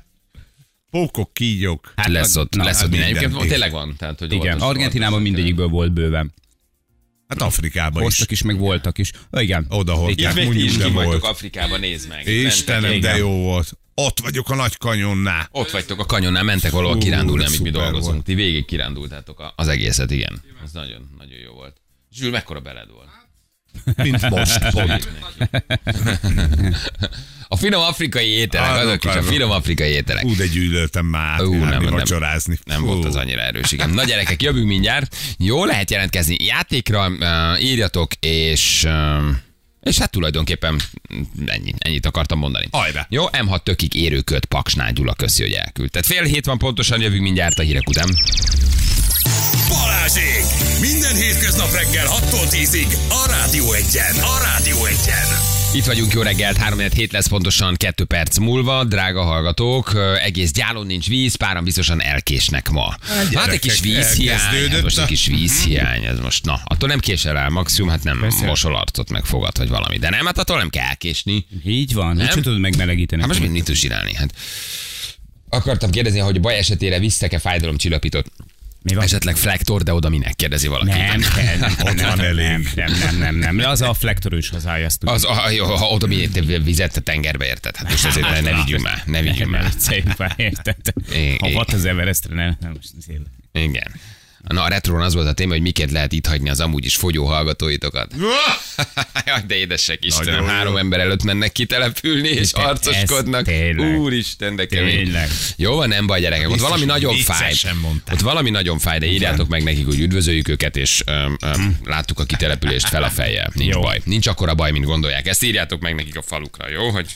Speaker 4: Pókok, kígyók.
Speaker 3: Hát,
Speaker 2: lesz ott,
Speaker 3: na,
Speaker 2: lesz
Speaker 4: hát
Speaker 2: ott. minden.
Speaker 4: minden.
Speaker 2: Egyébként ott tényleg van. Tehát, hogy
Speaker 3: Igen,
Speaker 2: óvatos-
Speaker 3: Argentinában
Speaker 2: óvatos-
Speaker 3: mindegyikből volt bőven.
Speaker 4: Hát Afrikában is.
Speaker 3: Hoztak is, meg voltak is. Ö, Igen.
Speaker 4: Oda hordják,
Speaker 2: Itt
Speaker 4: mondjuk,
Speaker 2: is
Speaker 4: de
Speaker 2: ki vagytok
Speaker 4: volt.
Speaker 2: Afrikában, nézd meg.
Speaker 4: Istenem,
Speaker 2: Mentek,
Speaker 4: de
Speaker 2: igen.
Speaker 4: jó volt. Ott vagyok a nagy kanyonnál.
Speaker 2: Ott vagytok a kanyonnál, mentek valahol kirándulni,
Speaker 4: Fú,
Speaker 2: amíg mi
Speaker 4: szuper
Speaker 2: dolgozunk.
Speaker 4: volt.
Speaker 2: Ti végig kirándultátok a- az egészet, igen. Ez nagyon, nagyon jó volt. Zsül, mekkora beled volt?
Speaker 4: Mint most, pont.
Speaker 2: (laughs) A finom afrikai ételek,
Speaker 4: Állok,
Speaker 2: azok is a
Speaker 4: állok.
Speaker 2: finom afrikai ételek.
Speaker 4: Ú, de gyűlöltem már
Speaker 2: Ú, nem,
Speaker 4: átjárni,
Speaker 2: nem.
Speaker 4: vacsorázni.
Speaker 2: Nem
Speaker 4: Fú.
Speaker 2: volt az annyira erős, igen. Na gyerekek, jövünk mindjárt. Jó, lehet jelentkezni játékra, uh, írjatok, és... Uh, és hát tulajdonképpen ennyi, ennyit akartam mondani.
Speaker 4: Hajrá!
Speaker 2: Jó, M6 tökig érőköd, Paksnál Gyula, köszi, hogy elküldted. Fél hét van pontosan, jövünk mindjárt a hírek után.
Speaker 1: Balázsék! Minden hétköznap reggel 6-tól 10-ig a Rádió Egyen. A Rádió Egyen.
Speaker 2: Itt vagyunk, jó reggelt, 3 hét lesz pontosan 2 perc múlva, drága hallgatók, ö, egész gyálon nincs víz, páran biztosan elkésnek ma. Hát egy
Speaker 4: gyerekek,
Speaker 2: kis vízhiány, ez
Speaker 4: elkezdődött
Speaker 2: most egy
Speaker 4: a-
Speaker 2: kis vízhiány, ez most, na, attól nem késel el maximum, hát nem mosolarcot megfogad, vagy valami, de nem, hát attól nem kell elkésni.
Speaker 3: Így van, nem? tudod megmelegíteni.
Speaker 2: Hát most mit, mit tudsz csinálni? Hát akartam kérdezni, hogy baj esetére visztek-e fájdalomcsillapítót?
Speaker 3: Mi van?
Speaker 2: Esetleg flektor, de oda minek kérdezi valaki.
Speaker 3: Nem, kell, nem,
Speaker 4: Ott
Speaker 3: nem,
Speaker 4: van
Speaker 3: nem,
Speaker 4: elég.
Speaker 3: nem, nem, nem, nem, nem. Az a flektor is az állja, azt tudja.
Speaker 2: Az, a, jó, ha oda mi vizet a tengerbe, érted? Hát most azért ne, ne vigyünk már, ne vigyünk
Speaker 3: Nem,
Speaker 2: már.
Speaker 3: vicceljünk már, érted?
Speaker 2: É,
Speaker 3: Ha
Speaker 2: é.
Speaker 3: hat az Everestre, nem, nem, most azért.
Speaker 2: Igen. Na, a retrón az volt a téma, hogy miket lehet itt hagyni az amúgy is fogyó
Speaker 3: (laughs)
Speaker 2: hallgatóitokat. Jaj, de édesek, Istenem,
Speaker 4: Nagyon jó.
Speaker 2: három ember előtt mennek kitelepülni, és
Speaker 3: Te-
Speaker 2: arcoskodnak.
Speaker 3: ez tényleg.
Speaker 2: Úristen, de kemény.
Speaker 3: Tényleg.
Speaker 2: Jó van, nem baj, gyerekek, ott
Speaker 4: Biztos,
Speaker 2: valami
Speaker 4: hogy
Speaker 2: nagyon fáj.
Speaker 4: viccesen mondták.
Speaker 2: Ott valami nagyon fáj, de írjátok meg nekik, hogy üdvözöljük őket, és öm, öm, láttuk a kitelepülést fel a fejjel. Nincs
Speaker 3: Jó.
Speaker 2: baj. Nincs akkora baj, mint gondolják. Ezt írjátok meg nekik a falukra, jó? Hogy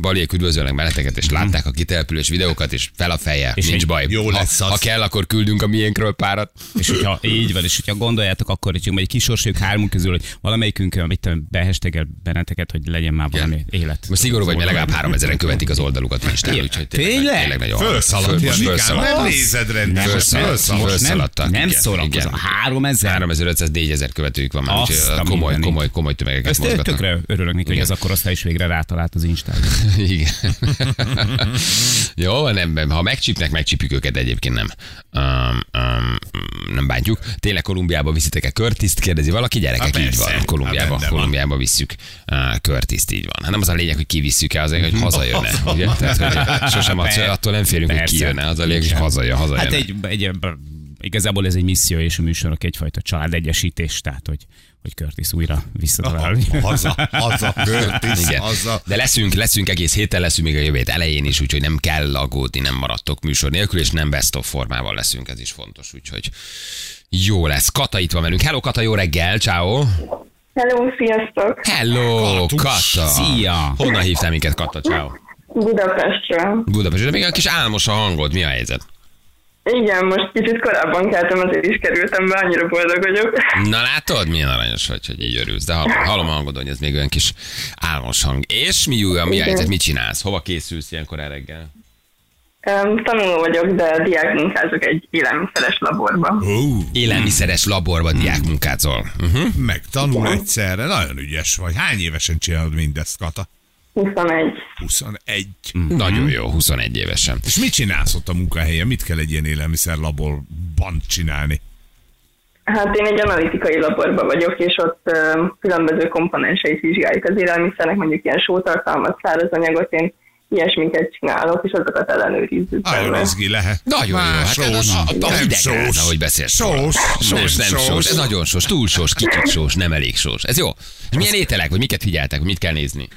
Speaker 2: Baliék üdvözölnek benneteket, és látták a kitelepülés videókat, és fel a feje,
Speaker 3: És
Speaker 2: nincs
Speaker 3: egy-
Speaker 2: baj.
Speaker 4: jó
Speaker 2: ha,
Speaker 4: lesz az.
Speaker 2: ha kell, akkor küldünk a miénkről párat.
Speaker 3: És hogyha így van, és hogyha gondoljátok, akkor hogy majd kisorsoljuk hármunk közül, hogy valamelyikünk, mit tudom, behestegel benneteket, hogy legyen már valami élet.
Speaker 2: Most szigorú vagy, mert legalább 3000-en követik az oldalukat Instán, úgyhogy tényleg,
Speaker 3: Tényleg?
Speaker 2: tényleg nagyon
Speaker 4: Fölszaladt,
Speaker 2: Föl- most
Speaker 4: Janikám,
Speaker 2: fölszaladt.
Speaker 4: nem nézed rendesen.
Speaker 2: Fölszaladt.
Speaker 4: Fölszaladt.
Speaker 2: Most
Speaker 3: nem,
Speaker 2: szaladtak,
Speaker 3: nem
Speaker 2: igen,
Speaker 3: szórakozom.
Speaker 2: igen.
Speaker 3: 3000?
Speaker 2: 3500 4000 követőjük van már,
Speaker 3: Azt
Speaker 2: úgyhogy
Speaker 3: a
Speaker 2: komoly,
Speaker 3: mindenit.
Speaker 2: komoly, komoly tömegeket
Speaker 3: Ezt
Speaker 2: mozgatnak.
Speaker 3: tökre örülök neki, hogy
Speaker 2: Igen.
Speaker 3: az a korosztály is végre rátalált az Instagram.
Speaker 2: (laughs) Igen. Jó, nem, nem, ha megcsípnek, megcsípjük őket egyébként nem. Um, um, nem bántjuk. Tényleg Kolumbiába viszitek-e körtiszt? Kérdezi valaki, gyerekek,
Speaker 3: Hát
Speaker 4: Há,
Speaker 2: így
Speaker 4: persze.
Speaker 2: van.
Speaker 4: Há,
Speaker 2: Kolumbiába,
Speaker 4: rendben van.
Speaker 2: Kolumbiába visszük uh, körtiszt, így van. Hát nem az a lényeg, hogy kivisszük-e, az a lényeg, hogy
Speaker 3: (laughs)
Speaker 2: hazajönne. ugye? Tehát, hogy sosem attól,
Speaker 3: Hát Persze.
Speaker 2: attól nem félünk, hogy
Speaker 3: Persze.
Speaker 2: kijönne, az a lényeg, hogy hazajön, hazajön.
Speaker 3: Hát egy, egy, igazából ez egy misszió, és a műsorok egyfajta családegyesítés, tehát hogy, hogy Curtis újra visszatalál.
Speaker 4: Haza, haza, Curtis,
Speaker 2: Hát Igen.
Speaker 4: haza.
Speaker 2: De leszünk, leszünk egész héten, leszünk még a jövő hét elején is, úgyhogy nem kell aggódni, nem maradtok műsor nélkül, és nem best of formával leszünk, ez is fontos, úgyhogy jó lesz. Kata itt van velünk. Hello Kata, jó reggel, ciao.
Speaker 5: Hello, sziasztok!
Speaker 2: Hello
Speaker 4: Katus.
Speaker 2: Kata.
Speaker 3: Szia.
Speaker 2: Honnan hívtál minket Kata, ciao.
Speaker 5: Budapestről.
Speaker 2: Budapest, de még egy kis álmos a hangod, mi a helyzet?
Speaker 5: Igen, most kicsit korábban keltem, azért is kerültem be, annyira boldog vagyok.
Speaker 2: Na látod, milyen aranyos vagy, hogy így örülsz, de hallom, hallom a hangod, hogy ez még olyan kis álmos hang. És mi, új- mi a helyzet, mit csinálsz? Hova készülsz ilyenkor el reggel?
Speaker 5: Um, tanuló vagyok, de diákmunkázok egy élelmiszeres laborba.
Speaker 4: Ó,
Speaker 2: Élelmiszeres laborba diákmunkázol. Uh-huh.
Speaker 4: megtanul egyszerre, nagyon ügyes vagy. Hány évesen csinálod mindezt, Kata?
Speaker 5: 21.
Speaker 4: 21.
Speaker 2: Nagyon jó, 21 évesen.
Speaker 4: És mit csinálsz ott a munkahelyen? Mit kell egy ilyen élelmiszerlaborban csinálni?
Speaker 5: Hát én egy analitikai laborban vagyok, és ott um, különböző komponenseit vizsgáljuk az élelmiszernek, mondjuk ilyen sótartalmat, szárazanyagot, én ilyesmiket csinálok, és azokat ellenőrizzük.
Speaker 4: Nagyon
Speaker 5: benne.
Speaker 4: izgi lehet.
Speaker 2: Nagyon jó, hát
Speaker 4: sós,
Speaker 2: ez a- a- a
Speaker 4: nem
Speaker 2: hideg
Speaker 4: sós.
Speaker 2: ráz, ahogy beszélsz róla.
Speaker 4: Sós,
Speaker 2: nem,
Speaker 4: sós,
Speaker 2: nem sós.
Speaker 4: sós.
Speaker 2: ez nagyon sós, túl sós, kicsit sós, nem elég sós. Ez jó. És milyen ételek, vagy miket figyeltek, vagy mit kell nézni?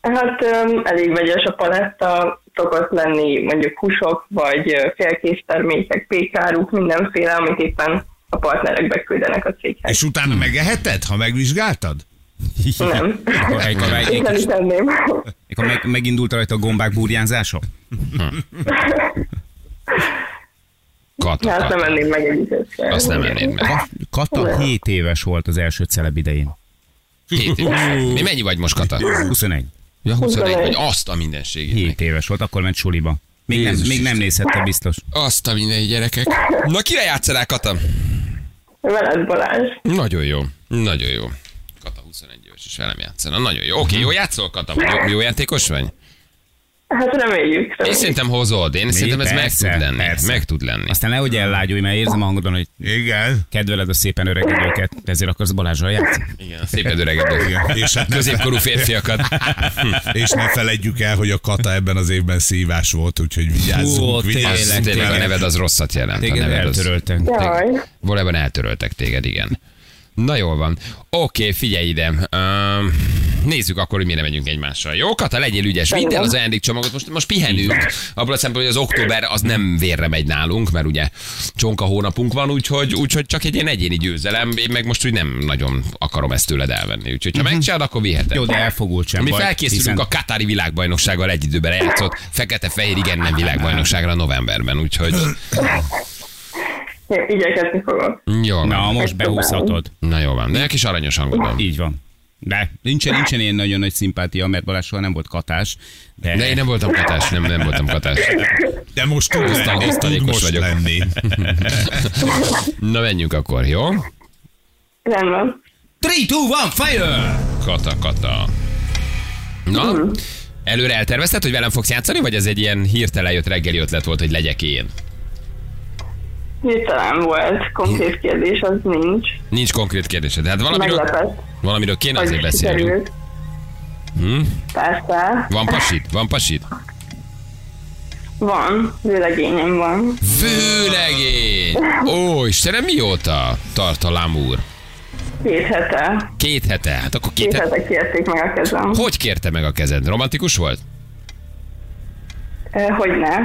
Speaker 5: Hát öm, elég vegyes a paletta, szokott lenni mondjuk húsok, vagy ö, félkész termékek, pékáruk, mindenféle, amit éppen a partnerek beküldenek a céghez.
Speaker 4: És
Speaker 3: Hmm.
Speaker 4: utána megeheted, ha megvizsgáltad?
Speaker 5: Nem.
Speaker 3: Akkor, amikor,
Speaker 5: Én nem is
Speaker 2: (laughs)
Speaker 5: enném.
Speaker 3: amikor meg, megindult rajta a gombák burjánzása?
Speaker 2: Kata,
Speaker 5: Hát nem
Speaker 2: kata.
Speaker 5: enném meg egy üzetre.
Speaker 2: Azt nem ennéd meg.
Speaker 3: Kata 7 éves volt az első celeb idején.
Speaker 2: Hét éves. Mi mennyi vagy most, Kata?
Speaker 3: 21.
Speaker 2: Ja, 21 vagy.
Speaker 5: 21.
Speaker 2: Azt a mindenségét.
Speaker 3: 7
Speaker 2: meg.
Speaker 3: éves volt, akkor ment suliba. Még, nem,
Speaker 2: Jézus
Speaker 3: még nem nézhette biztos.
Speaker 2: Azt a minden gyerekek. Na, kire játszanál, Kata?
Speaker 5: Veled Balázs.
Speaker 2: Nagyon jó. Nagyon jó. Kata 21 éves, és velem játszana. Nagyon jó. Oké, jó játszol, Kata? Vagy jó, jó játékos vagy?
Speaker 5: Hát reméljük.
Speaker 2: Én
Speaker 5: reméljük.
Speaker 2: szerintem hozod. Én szerintem ez meg
Speaker 3: persze,
Speaker 2: tud lenni.
Speaker 3: persze.
Speaker 2: Meg tud lenni.
Speaker 3: Aztán nehogy ellágyulj, mert érzem a hangodon, hogy
Speaker 4: Igen.
Speaker 3: kedveled a szépen öregedőket, ezért akarsz Balázsra játszani.
Speaker 2: Igen, szépen öregedő.
Speaker 4: Igen. És, hát ne,
Speaker 2: Középkorú férfiakat.
Speaker 4: és ne felejtjük el, hogy a Kata ebben az évben szívás volt, úgyhogy vigyázzunk.
Speaker 3: Ó,
Speaker 4: vigyázzunk,
Speaker 2: Az,
Speaker 3: tényleg,
Speaker 2: tényleg a
Speaker 4: tényleg.
Speaker 2: neved az rosszat jelent. a
Speaker 3: Téged
Speaker 2: neved az...
Speaker 3: eltöröltek.
Speaker 5: Jaj.
Speaker 2: Valójában eltöröltek téged, igen. Na jól van. Oké, figyelj ide. Öm, nézzük akkor, hogy mire megyünk egymással. Jó, Kata, legyél ügyes. Vidd el az ajándékcsomagot, most, most pihenünk. Abból a szempontból, hogy az október az nem vérre megy nálunk, mert ugye csonka hónapunk van, úgyhogy, úgyhogy csak egy ilyen egyéni győzelem. Én meg most úgy nem nagyon akarom ezt tőled elvenni. Úgyhogy ha megcsinálod, akkor viheted.
Speaker 3: Jó, de elfogult sem
Speaker 2: Mi
Speaker 3: vagy,
Speaker 2: felkészülünk
Speaker 3: hiszen-
Speaker 2: a Katári világbajnoksággal egy időben eljátszott fekete-fehér igen nem világbajnokságra novemberben, úgyhogy
Speaker 5: Én Igyekezni fogok.
Speaker 2: jól
Speaker 3: Na,
Speaker 2: van.
Speaker 3: most behúzhatod.
Speaker 2: Na jó van, de egy kis aranyos hangod van.
Speaker 3: Így van. De nincsen, nincsen ilyen nagyon nagy szimpátia, mert Balázs soha nem volt katás. De,
Speaker 2: De én nem voltam katás, nem, nem voltam katás.
Speaker 4: De most tud
Speaker 2: Aztán
Speaker 4: lenni, tud
Speaker 2: osztalékos
Speaker 4: most
Speaker 2: vagyok.
Speaker 4: lenni.
Speaker 2: Na menjünk akkor, jó?
Speaker 3: 3,
Speaker 5: Rendben.
Speaker 3: 2, 1, fire!
Speaker 2: Kata, kata. Na,
Speaker 5: Mhm.
Speaker 2: előre eltervezted, hogy velem fogsz játszani, vagy ez egy ilyen hirtelen jött reggeli ötlet volt, hogy legyek én?
Speaker 5: Hirtelen volt. Konkrét kérdés az nincs.
Speaker 2: Nincs konkrét kérdésed, de hát valamiről,
Speaker 5: Meglepett.
Speaker 2: valamiről kéne azért Hm?
Speaker 5: Hogy
Speaker 2: beszélni.
Speaker 5: sikerült. Persze.
Speaker 2: Van pasid? Van pasid?
Speaker 5: Van. Vőlegényem van.
Speaker 2: Főlegény! Ó, Istenem, mióta tart a lámúr?
Speaker 5: Két hete.
Speaker 2: Két hete. Hát akkor két
Speaker 5: Két
Speaker 2: hete.
Speaker 5: hete kérték meg a kezem.
Speaker 2: Hogy kérte meg a kezed? Romantikus volt?
Speaker 5: Ö, Hogy ne?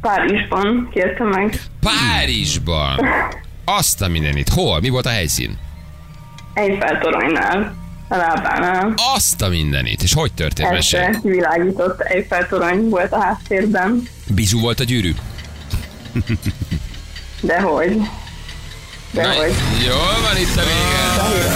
Speaker 5: Párizsban kérte meg.
Speaker 2: Párizsban. Azt a mindenit. Hol? Mi volt a helyszín?
Speaker 5: Eiffel toronynál. A lábánál.
Speaker 2: Azt a mindenit. És hogy történt? Mesélj.
Speaker 5: Este világított Eiffel torony volt a háttérben.
Speaker 2: Bizsú volt a gyűrű?
Speaker 5: Dehogy. Dehogy.
Speaker 2: Jól van itt a vége.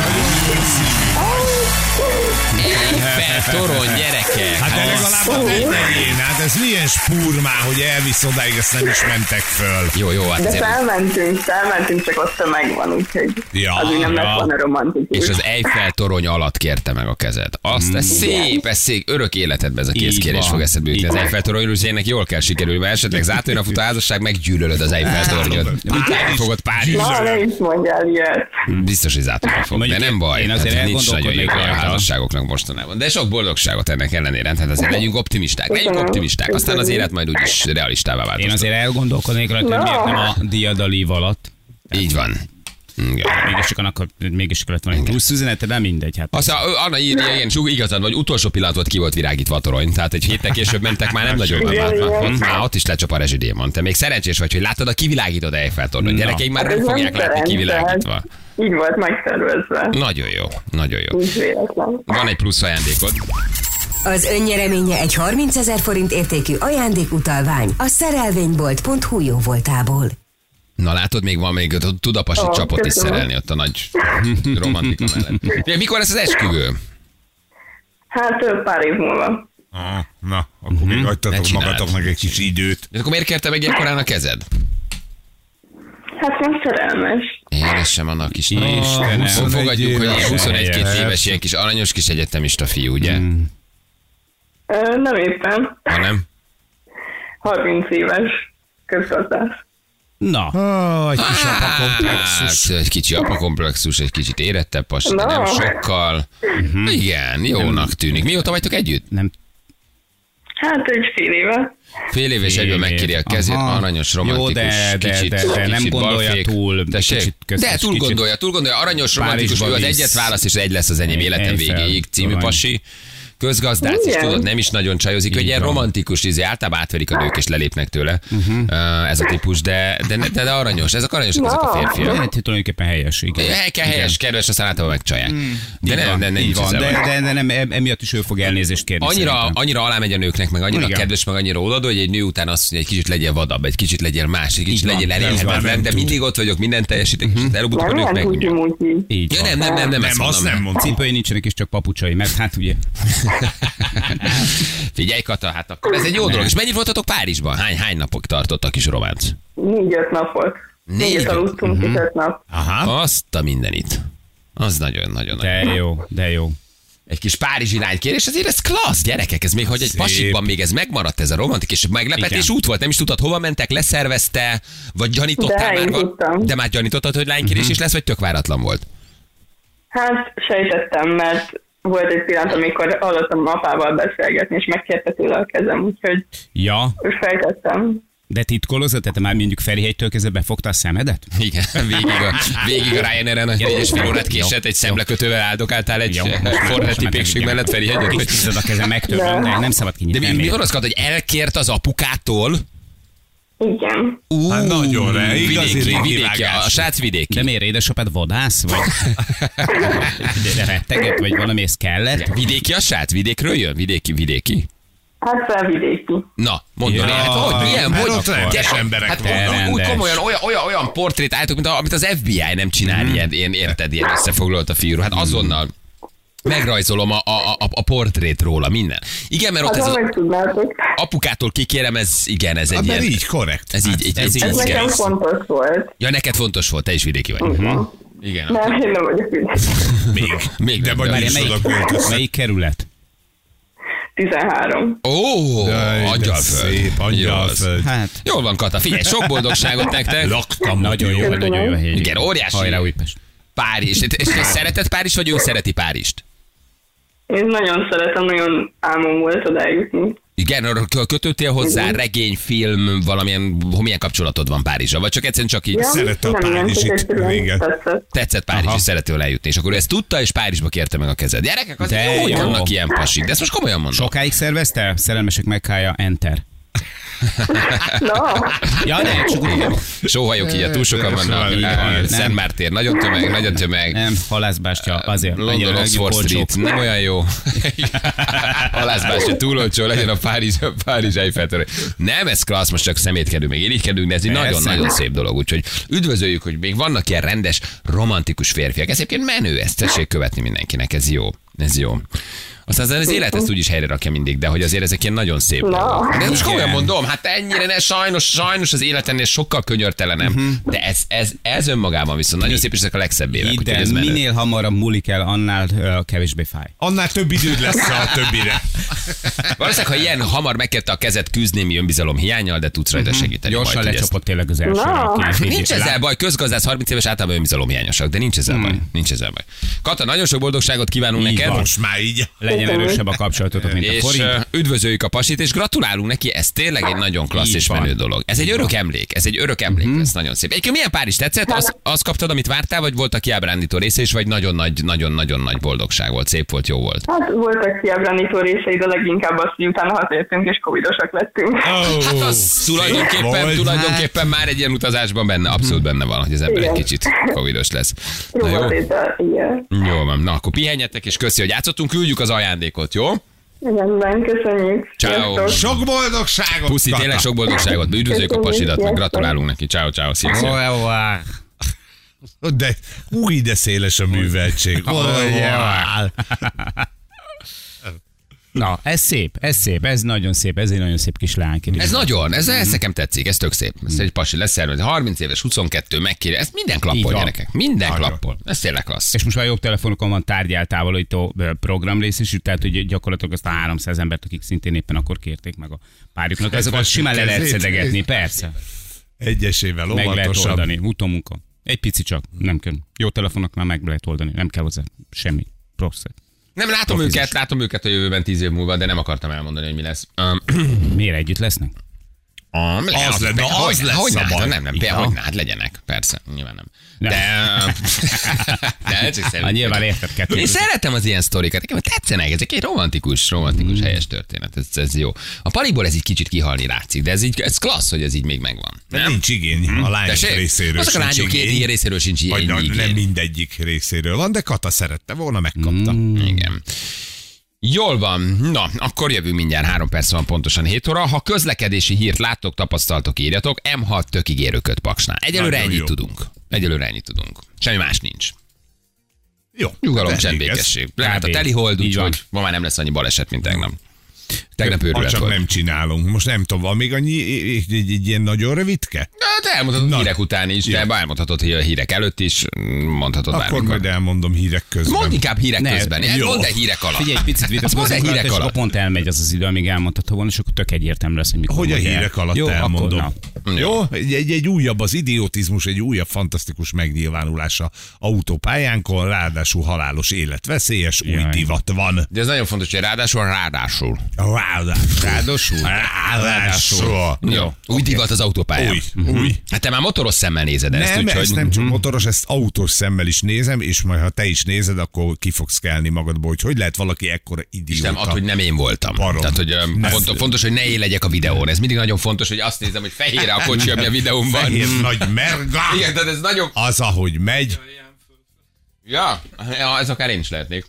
Speaker 2: Eiffel torony, gyerekek!
Speaker 4: Hát de legalább a tetején, hát ez milyen spúr már, hogy elvisz odáig, ezt nem is mentek föl.
Speaker 2: Jó, jó, hát
Speaker 5: De
Speaker 2: ez-
Speaker 5: felmentünk, felmentünk, csak ott megvan, úgyhogy
Speaker 4: Ja,
Speaker 5: az úgy nem
Speaker 4: ja.
Speaker 5: lett volna romantikus.
Speaker 2: És az Eiffel torony alatt kérte meg a kezed. Azt, ez szép, ez szép, örök életedben ez a
Speaker 3: Mm. Így
Speaker 2: kézkérés
Speaker 3: van.
Speaker 2: fog eszedbe jutni. Az
Speaker 3: Így.
Speaker 2: Eiffel toronyról is ennek jól kell sikerülni, mert esetleg zátóira fut a házasság, meggyűlölöd az Eiffel tornyot. Mit nem fogod pár
Speaker 5: Na, ne is mondjál ilyet.
Speaker 2: Biztos, hogy zátóira fog, de
Speaker 3: Mondjuk
Speaker 2: nem baj.
Speaker 3: én azért
Speaker 2: hát nincs nagyon
Speaker 3: elgondolkodnék
Speaker 2: jók a
Speaker 3: rajta.
Speaker 2: házasságoknak mostanában. De sok boldogságot ennek ellenére, hát azért legyünk optimisták, legyünk
Speaker 5: Köszönöm.
Speaker 2: optimisták. Aztán az élet majd úgyis realistává
Speaker 3: Én
Speaker 2: változik.
Speaker 3: azért elgondolkodnék rajta, hogy miért nem a diadalív alatt.
Speaker 2: Így van. Igen.
Speaker 3: Mégis csak annak, mégis kellett volna egy plusz üzenete, de mindegy. Hát
Speaker 2: Azt mondja, Anna írja, igen, csak igazad vagy, utolsó pillanat volt, ki volt virágítva a torony. Tehát egy héttel később mentek, már nem nagyon van.
Speaker 5: Igen,
Speaker 2: Már,
Speaker 5: igen.
Speaker 2: hm, már ott is lecsap a rezsidémon. Te még szerencsés vagy, hogy láttad a kivilágított Eiffel tornyot.
Speaker 3: Na.
Speaker 2: Gyerekeim már
Speaker 5: Hát ez
Speaker 2: nem fogják látni
Speaker 5: szerencsés.
Speaker 2: kivilágítva.
Speaker 5: Így volt megtervezve.
Speaker 2: Nagyon jó, nagyon jó.
Speaker 5: Úgy véletlen.
Speaker 2: Van egy plusz ajándékod.
Speaker 6: Az önnyereménye egy 30 ezer forint értékű ajándékutalvány a szerelvénybolt.hu jó voltából.
Speaker 2: Na látod, még van még, ott tud a pasi
Speaker 5: Ó,
Speaker 2: csapot is
Speaker 5: köszönöm.
Speaker 2: szerelni ott a nagy (laughs) romantika mellett. Ja, Mikor lesz az esküvő?
Speaker 5: Hát ö, pár év múlva.
Speaker 4: Ah, na, akkor még
Speaker 2: Mhm. Ne
Speaker 4: adtatok
Speaker 2: csináld.
Speaker 4: magatoknak egy kis időt.
Speaker 2: De akkor miért kérte meg ilyenkorán a kezed?
Speaker 5: Hát nem szerelmes.
Speaker 2: Édesem, annak kis
Speaker 3: Istenem.
Speaker 2: Ó, Fogadjuk, hogy ilyen
Speaker 4: 21
Speaker 2: 21-22
Speaker 4: éves.
Speaker 2: éves, ilyen kis aranyos kis egyetemista fiú, ugye?
Speaker 3: Mm.
Speaker 5: Ö, nem éppen.
Speaker 2: Hanem?
Speaker 5: 30 éves közgazdász.
Speaker 3: Na,
Speaker 4: Ah, egy kis apakomplexus.
Speaker 2: Hát, egy kicsi apakomplexus, egy kicsit érettebb pasi, de nem
Speaker 5: No.
Speaker 2: sokkal.
Speaker 3: Mhm.
Speaker 2: Igen, jónak tűnik. Mióta vagytok együtt?
Speaker 3: nem
Speaker 5: Hát egy fél éve.
Speaker 2: Fél év és egyből
Speaker 3: év.
Speaker 2: megkéri a kezét,
Speaker 3: Aha.
Speaker 2: aranyos,
Speaker 3: Jó,
Speaker 2: romantikus,
Speaker 3: de- de-
Speaker 2: kicsit,
Speaker 3: de- de nem
Speaker 2: kicsit
Speaker 3: gondolja
Speaker 2: balfék.
Speaker 3: túl,
Speaker 2: Tessék?
Speaker 3: kicsit köztes,
Speaker 2: de túl
Speaker 3: kicsit-
Speaker 2: gondolja, túl gondolja, aranyos, romantikus, ő
Speaker 3: Párizsba
Speaker 2: az
Speaker 3: visz.
Speaker 2: egyet válasz, és egy lesz az enyém
Speaker 3: Egy-
Speaker 2: életem
Speaker 3: Eiffel
Speaker 2: végéig című
Speaker 3: torony.
Speaker 2: pasi. Közgazdász, és
Speaker 5: Igen.
Speaker 2: tudod, nem is nagyon csajozik, hogy ilyen
Speaker 3: van. Mhm.
Speaker 2: romantikus izé, általában átverik a nők és lelépnek tőle. Uh, ez a típus, de, de, de, de aranyos, ezek aranyosak, ezek a
Speaker 5: No.
Speaker 2: férfiak.
Speaker 3: lehet, hogy tulajdonképpen helyes. Igen.
Speaker 2: Hely kell helyes, kedves, aztán általában megcsalják. De
Speaker 3: Így
Speaker 2: nem,
Speaker 3: van,
Speaker 2: nem, nem,
Speaker 3: így van, de,
Speaker 2: hiszem, hogy-
Speaker 3: de, de nem, em- emiatt is ő fog elnézést kérni.
Speaker 2: Annyira,
Speaker 3: szerintem.
Speaker 2: annyira alá megy a nőknek, meg annyira
Speaker 3: Igen.
Speaker 2: kedves, meg annyira odaadó, hogy egy nő után azt mondja, egy kicsit legyél vadabb, egy kicsit legyél más, egy kicsit
Speaker 3: Így van,
Speaker 2: legyél
Speaker 3: így van,
Speaker 2: elérhetetlen,
Speaker 3: nem
Speaker 2: de
Speaker 3: tud.
Speaker 2: mindig ott vagyok, mindent teljesítek, és előbb a
Speaker 5: Nem
Speaker 2: nők
Speaker 5: ilyen
Speaker 2: meg
Speaker 5: úgy,
Speaker 2: mondják.
Speaker 5: úgy.
Speaker 3: Így
Speaker 2: Ja,
Speaker 3: van.
Speaker 2: nem, nem, nem, nem, ezt
Speaker 4: Nem, azt
Speaker 2: mondom.
Speaker 4: nem mondtam.
Speaker 3: Cipői nincsenek, és csak papucsai, mert hát ugye.
Speaker 2: (laughs) Figyelj, Kata, hát akkor ez egy jó dolog. És mennyit voltatok Párizsban? Hány, hány napok tartott a kis románc?
Speaker 5: Négy-öt napot.
Speaker 2: Négy- Mhm.
Speaker 5: Négyet aludtunk, és öt nap.
Speaker 4: Aha.
Speaker 2: Azt a mindenit. Az nagyon-nagyon nagy.
Speaker 3: De jó, de jó.
Speaker 2: Egy kis Párizsi lánykérés, azért ez klassz, gyerekek, ez még, hogy egy
Speaker 4: Szép.
Speaker 2: pasikban még ez megmaradt, ez a romantik, és meglepetés
Speaker 3: Igen.
Speaker 2: út volt, nem is tudtad, hova mentek, leszervezte, vagy gyanítottál
Speaker 5: De,
Speaker 2: már,
Speaker 5: én
Speaker 2: vagy-
Speaker 5: tudtam.
Speaker 2: de már gyanítottad, hogy lánykérés
Speaker 3: Mhm.
Speaker 2: is lesz, vagy tök váratlan volt.
Speaker 5: Hát sejtettem, mert volt egy pillanat, amikor hallottam apával beszélgetni, és megkérte tőle a kezem, úgyhogy
Speaker 3: Ja,
Speaker 5: sejtettem.
Speaker 3: de titkolozod? Tehát te már mondjuk Ferihegytől kezdve befogta a szemedet?
Speaker 2: Igen, (laughs) végig a, végig a Ryanair-en, hogy egyes fél órát késett, egy szemlekötővel áldokáltál egy
Speaker 3: Jó, most már- most
Speaker 2: fornetti
Speaker 3: már
Speaker 2: pékség
Speaker 3: igen.
Speaker 2: mellett Feri
Speaker 3: Kis
Speaker 2: hegyet.
Speaker 3: tized a kezem megtörlöm, de nem szabad
Speaker 2: De
Speaker 3: kinyitni.
Speaker 2: mi,
Speaker 3: nem
Speaker 2: mi
Speaker 3: ér.
Speaker 2: van az, Kata, hogy elkért az apukától?
Speaker 5: Igen.
Speaker 4: Hát nagyon re, igazi
Speaker 2: Vidéki,
Speaker 4: régi
Speaker 2: vidéki,
Speaker 4: vágás.
Speaker 2: a srác vidéki.
Speaker 3: De miért édesapád vadász? Vagy
Speaker 2: (laughs)
Speaker 3: de retteget, vagy valami ez kellett?
Speaker 2: Vidéki a srác? Vidékről jön? Vidéki, vidéki.
Speaker 5: Hát felvidéki.
Speaker 2: Na, mondom,
Speaker 3: Ja,
Speaker 2: ja, hát hogy milyen
Speaker 4: mert
Speaker 2: volt?
Speaker 4: ott rendes
Speaker 2: Gyere,
Speaker 4: emberek
Speaker 2: hát
Speaker 4: vannak.
Speaker 2: úgy- úgy
Speaker 3: Rendes.
Speaker 2: komolyan olyan, olyan, olyan portrét állítok, mint a, amit az FBI nem csinál,
Speaker 4: Hmm.
Speaker 2: mm. ilyen, ilyen, érted, ilyen összefoglalt a fiúról. Hát azonnal megrajzolom a, a, a, a portrét róla, minden. Igen, mert ott
Speaker 5: Hát
Speaker 2: ez
Speaker 5: ha
Speaker 2: az
Speaker 5: meg tudnátok,
Speaker 2: apukától kikérem, ez igen, ez egy
Speaker 4: Hát mert
Speaker 2: ilyen...
Speaker 4: így hát, korrekt.
Speaker 2: Ez így, így,
Speaker 3: ez
Speaker 2: így,
Speaker 3: így
Speaker 5: ez
Speaker 2: így
Speaker 5: nekem Mhm.
Speaker 2: kell.
Speaker 5: fontos volt.
Speaker 2: Ja, neked fontos volt, te is vidéki vagy. Uh-huh. Igen.
Speaker 5: Nem, én nem vagyok vidéki.
Speaker 4: Még.
Speaker 2: Még
Speaker 4: De
Speaker 2: nem,
Speaker 4: vagy
Speaker 2: de-
Speaker 4: nincs oda
Speaker 3: Melyik,
Speaker 4: költözve.
Speaker 3: melyik kerület?
Speaker 5: 13.
Speaker 2: Ó,
Speaker 4: Jaj, de
Speaker 2: angyalföld.
Speaker 4: Szép,
Speaker 2: Jó, az.
Speaker 4: angyalföld.
Speaker 3: Hát,
Speaker 2: Jól van, Kata, figyelj, sok boldogságot nektek.
Speaker 4: Laktam.
Speaker 3: nagyon jó,
Speaker 5: Köszönöm.
Speaker 3: nagyon jó a hely.
Speaker 2: Igen, óriási.
Speaker 3: Hajrá, Újpest.
Speaker 2: Párizs. És te szereted Párizs, vagy ő szereti Párizst?
Speaker 5: Én nagyon szeretem, nagyon álmom volt oda eljutni.
Speaker 2: Igen, arra kö- kötöttél hozzá regény, film, valamilyen, ho- milyen kapcsolatod van Párizsra, vagy csak egyszerűen csak így
Speaker 5: Ja,
Speaker 4: Szerette a
Speaker 5: nem ilyen,
Speaker 4: Párizsit,
Speaker 5: csak egyszerűen
Speaker 4: igen.
Speaker 5: tetszett.
Speaker 2: tetszett Párizs, és szeretél eljutni, és akkor ő ezt tudta, és Párizsba kérte meg a kezed. Gyerekek, az
Speaker 3: De
Speaker 2: jó, hogy
Speaker 3: jó.
Speaker 2: vannak ilyen pasik, de ezt most komolyan mondom.
Speaker 3: Sokáig szervezte? Szerelmesek meghája, enter.
Speaker 5: Na,
Speaker 3: Ja, ne, csak úgy
Speaker 2: Igen. Sóhajok így, túl sokan vannak.
Speaker 3: Így van, nem.
Speaker 2: Szent Mártér, nagyon tömeg, nagyon tömeg.
Speaker 3: Nem, halászbástya, azért.
Speaker 2: London,
Speaker 3: legyen
Speaker 2: Oxford
Speaker 3: legjobb
Speaker 2: Street,
Speaker 3: olcsóbb.
Speaker 2: nem olyan jó. Halászbás, hogy túl olcsó, legyen a Párizs, a Párizs Eiffel-torony. Nem, ez klassz, most csak szemétkedünk, még irigykedünk, de ez egy
Speaker 3: Persze.
Speaker 2: nagyon-nagyon szép dolog. Úgyhogy üdvözöljük, hogy még vannak ilyen rendes, romantikus férfiak. Ez egyébként menő, ezt tessék követni mindenkinek, ez jó. Ez jó. Aztán az élet ezt úgyis helyre rakja mindig, de hogy azért ezek ilyen nagyon szép
Speaker 5: Na.
Speaker 2: dolgok. De most komolyan
Speaker 3: Igen.
Speaker 2: mondom, hát ennyire ne, sajnos, sajnos az életennél sokkal könyörtelenem, uh-huh. de ez, ez, ez önmagában viszont nagyon szép, és ezek a legszebb évek.
Speaker 3: Hidd
Speaker 2: úgyhogy
Speaker 3: el,
Speaker 2: ez menő.
Speaker 3: minél hamarabb mulik el, annál ö, kevésbé fáj.
Speaker 4: Annál több időd lesz a többire.
Speaker 2: Valószínűleg, ha ilyen hamar megkérte a kezed küzdnémi önbizalom hiányal, de tudsz rajta segíteni.
Speaker 3: Mhm. Gyorsan
Speaker 2: majd, hogy ezt-
Speaker 3: lecsapott tényleg az első.
Speaker 5: Na.
Speaker 3: aki-
Speaker 2: (laughs) Nincs ezzel baj, közgazdász 30 éves általában önbizalomhiányosak, de nincs ezzel hmm. baj. Nincs ezzel baj. Kata, nagyon sok boldogságot kívánunk
Speaker 3: Mhm. Így
Speaker 2: neked.
Speaker 3: van.
Speaker 4: Most már így.
Speaker 3: Legyen erősebb a kapcsolatotok, mint a
Speaker 2: És
Speaker 3: forint.
Speaker 2: ö, üdvözöljük a pasit, és gratulálunk neki, ez tényleg egy nagyon klassz
Speaker 3: Így
Speaker 2: és
Speaker 3: van. Mhm.
Speaker 2: menő dolog. Ez egy örök emlék, ez egy örök emlék, ez nagyon szép. Egyébként milyen pár is tetszett? Azt, azt kaptad, amit vártál, vagy voltak kiábrándító része is, vagy nagyon nagy, nagyon, nagyon nagy boldogság volt, szép volt, jó volt.
Speaker 5: Hát voltak kiábranító részei, de leginkább az, hogy utána hazajöttünk és covidosak lettünk.
Speaker 3: Oh.
Speaker 2: Hát az tulajdonképpen,
Speaker 4: volt,
Speaker 2: tulajdonképpen már egy ilyen utazásban benne, abszolút benne van, hogy az ember egy
Speaker 5: Igen.
Speaker 2: kicsit covidos lesz. Na jó,
Speaker 5: Próbatétel, igen.
Speaker 2: jó van, na akkor pihenjetek, és köszi, hogy játszottunk, küldjük az ajándékot, jó?
Speaker 5: Rendben, köszönjük.
Speaker 2: Ciao.
Speaker 5: Sziasztok.
Speaker 4: Sok boldogságot!
Speaker 2: Puszi,
Speaker 4: Kata.
Speaker 2: tényleg sok boldogságot, üdvözöljük a
Speaker 5: Köszönjük,
Speaker 2: pasidat, meg
Speaker 5: sziasztok.
Speaker 2: gratulálunk neki. Ciao, ciao, szia, szia.
Speaker 4: De új, de széles a műveltség.
Speaker 2: (laughs)
Speaker 4: Olyan.
Speaker 3: Na, ez szép, ez szép, ez nagyon szép, ez egy nagyon szép kis leánykérés.
Speaker 2: Ez nagyon, ez, ez nekem tetszik, ez tök szép. Ez egy pasi lesz 30 éves, 22, megkéri, ez minden
Speaker 3: Így
Speaker 2: klappol,
Speaker 3: van.
Speaker 2: gyerekek. Minden klappol. Ez tényleg klassz.
Speaker 3: És most már jobb telefonokon van tárgyáltávolító ö, programrész is, tehát hogy gyakorlatilag azt a 300 embert, akik szintén éppen akkor kérték meg a párjuknak, azokat
Speaker 4: Feszük
Speaker 3: simán le lehet
Speaker 4: kezét.
Speaker 3: szedegetni, persze.
Speaker 4: Egyesével
Speaker 3: Meg lehet
Speaker 4: óvatosan.
Speaker 3: oldani, utómunka. Egy pici csak, nem kell. Jó telefonoknál meg lehet oldani, nem kell hozzá semmi. Proszett.
Speaker 2: Nem látom
Speaker 3: Profizmus.
Speaker 2: őket, látom őket a jövőben 10 év múlva, de nem akartam elmondani, hogy mi lesz. Um,
Speaker 3: Miért együtt lesznek?
Speaker 2: um,
Speaker 4: Hát, Az lenne,
Speaker 2: hogy-
Speaker 4: az lesz
Speaker 2: hogy
Speaker 4: a
Speaker 2: nád,
Speaker 4: baj.
Speaker 2: Nem, nem, be, hogy nád legyenek, persze, nyilván nem.
Speaker 3: Nem.
Speaker 2: De, (laughs) de csak
Speaker 3: Hát
Speaker 2: szerintem.
Speaker 3: nyilván érted kettő.
Speaker 2: Én szeretem az ilyen sztorikat, nekem tetszenek, ezek egy romantikus,
Speaker 4: Hmm.
Speaker 2: romantikus, helyes történet, ez, ez jó. A paliból ez így kicsit kihalni látszik, de ez, így, ez klassz, hogy ez így még megvan.
Speaker 4: Nem? Nincs igény a lányok
Speaker 2: Hm? Tessék?
Speaker 4: részéről.
Speaker 2: Azok a
Speaker 4: sincs
Speaker 2: lányok
Speaker 4: igény.
Speaker 2: ilyen részéről sincs ilyen
Speaker 4: Vagy nem,
Speaker 2: igény.
Speaker 4: nem mindegyik részéről van, de Kata szerette volna, megkapta.
Speaker 2: Mm. Igen. Jól van, na, akkor jövő mindjárt, három perc van pontosan 7 óra. Ha közlekedési hírt láttok, tapasztaltok, írjatok, M6 tök ígérőköt paksnál. Egyelőre
Speaker 4: Nagyon
Speaker 2: ennyit
Speaker 4: jó.
Speaker 2: tudunk. Egyelőre ennyit tudunk. Semmi más nincs.
Speaker 4: Jó.
Speaker 2: Nyugalom,
Speaker 4: hát
Speaker 2: csend,
Speaker 4: elég ez.
Speaker 2: békesség. Lehet a
Speaker 3: Kb.
Speaker 2: teli hold,
Speaker 3: Így
Speaker 2: úgyhogy ma már nem lesz annyi baleset, mint tegnap. Tegnap
Speaker 4: Ha
Speaker 2: őrület
Speaker 4: csak
Speaker 2: volt.
Speaker 4: nem csinálunk. Most nem tudom, van még annyi, egy, egy, egy ilyen nagyon rövidke?
Speaker 2: Na, te elmondhatod
Speaker 4: Na.
Speaker 2: hírek után is, de
Speaker 4: Jó.
Speaker 2: elmondhatod hí- hírek előtt is, mondhatod
Speaker 4: Akkor
Speaker 2: bármikor.
Speaker 4: majd elmondom hírek közben.
Speaker 2: Mondd inkább hírek
Speaker 3: Ne,
Speaker 2: közben.
Speaker 4: jó.
Speaker 2: Mondd el hírek alatt.
Speaker 3: Figyelj, egy picit
Speaker 2: Azt mondd el
Speaker 3: vitatkozunk rajta,
Speaker 2: Hát hírek
Speaker 3: és akkor
Speaker 2: alatt.
Speaker 3: pont elmegy az az idő, amíg elmondható volna, és akkor tök egyértelmű lesz, hogy mikor
Speaker 4: Hogy a
Speaker 3: mondja el.
Speaker 4: hírek alatt
Speaker 3: Jó,
Speaker 4: elmondom.
Speaker 3: Akkor,
Speaker 4: Jó, Jó? Egy, egy, egy újabb az idiotizmus, egy újabb fantasztikus megnyilvánulása autópályánkon, ráadásul halálos életveszélyes, új
Speaker 3: Jaj.
Speaker 4: divat van.
Speaker 2: De ez nagyon fontos, hogy ráadásul, ráadásul.
Speaker 4: Ráadásul.
Speaker 2: Ráadásul?
Speaker 4: Ráadásul.
Speaker 2: Jó. Új divat az autópályán.
Speaker 4: Új, új.
Speaker 2: Hát te már motoros szemmel nézed ezt,
Speaker 4: Nem,
Speaker 2: úgyhogy... Mhm.
Speaker 4: ezt nem csak motoros, ezt autós szemmel is nézem, és majd ha te is nézed, akkor ki fogsz kelni magadból, hogy hogy lehet valaki ekkora idióta.
Speaker 2: Istenem, attól, hogy nem én voltam.
Speaker 4: Barom.
Speaker 2: Tehát, hogy öm,
Speaker 4: Nem.
Speaker 2: fontos, fontos, hogy ne én legyek a videón. Ez mindig nagyon fontos, hogy azt nézem, hogy fehére a kocsi, ami a videómban.
Speaker 4: Fehér nagy merga.
Speaker 2: Igen, tehát ez nagyon...
Speaker 4: Az, ahogy megy,
Speaker 2: Ja, ja, ez akár én is lehetnék.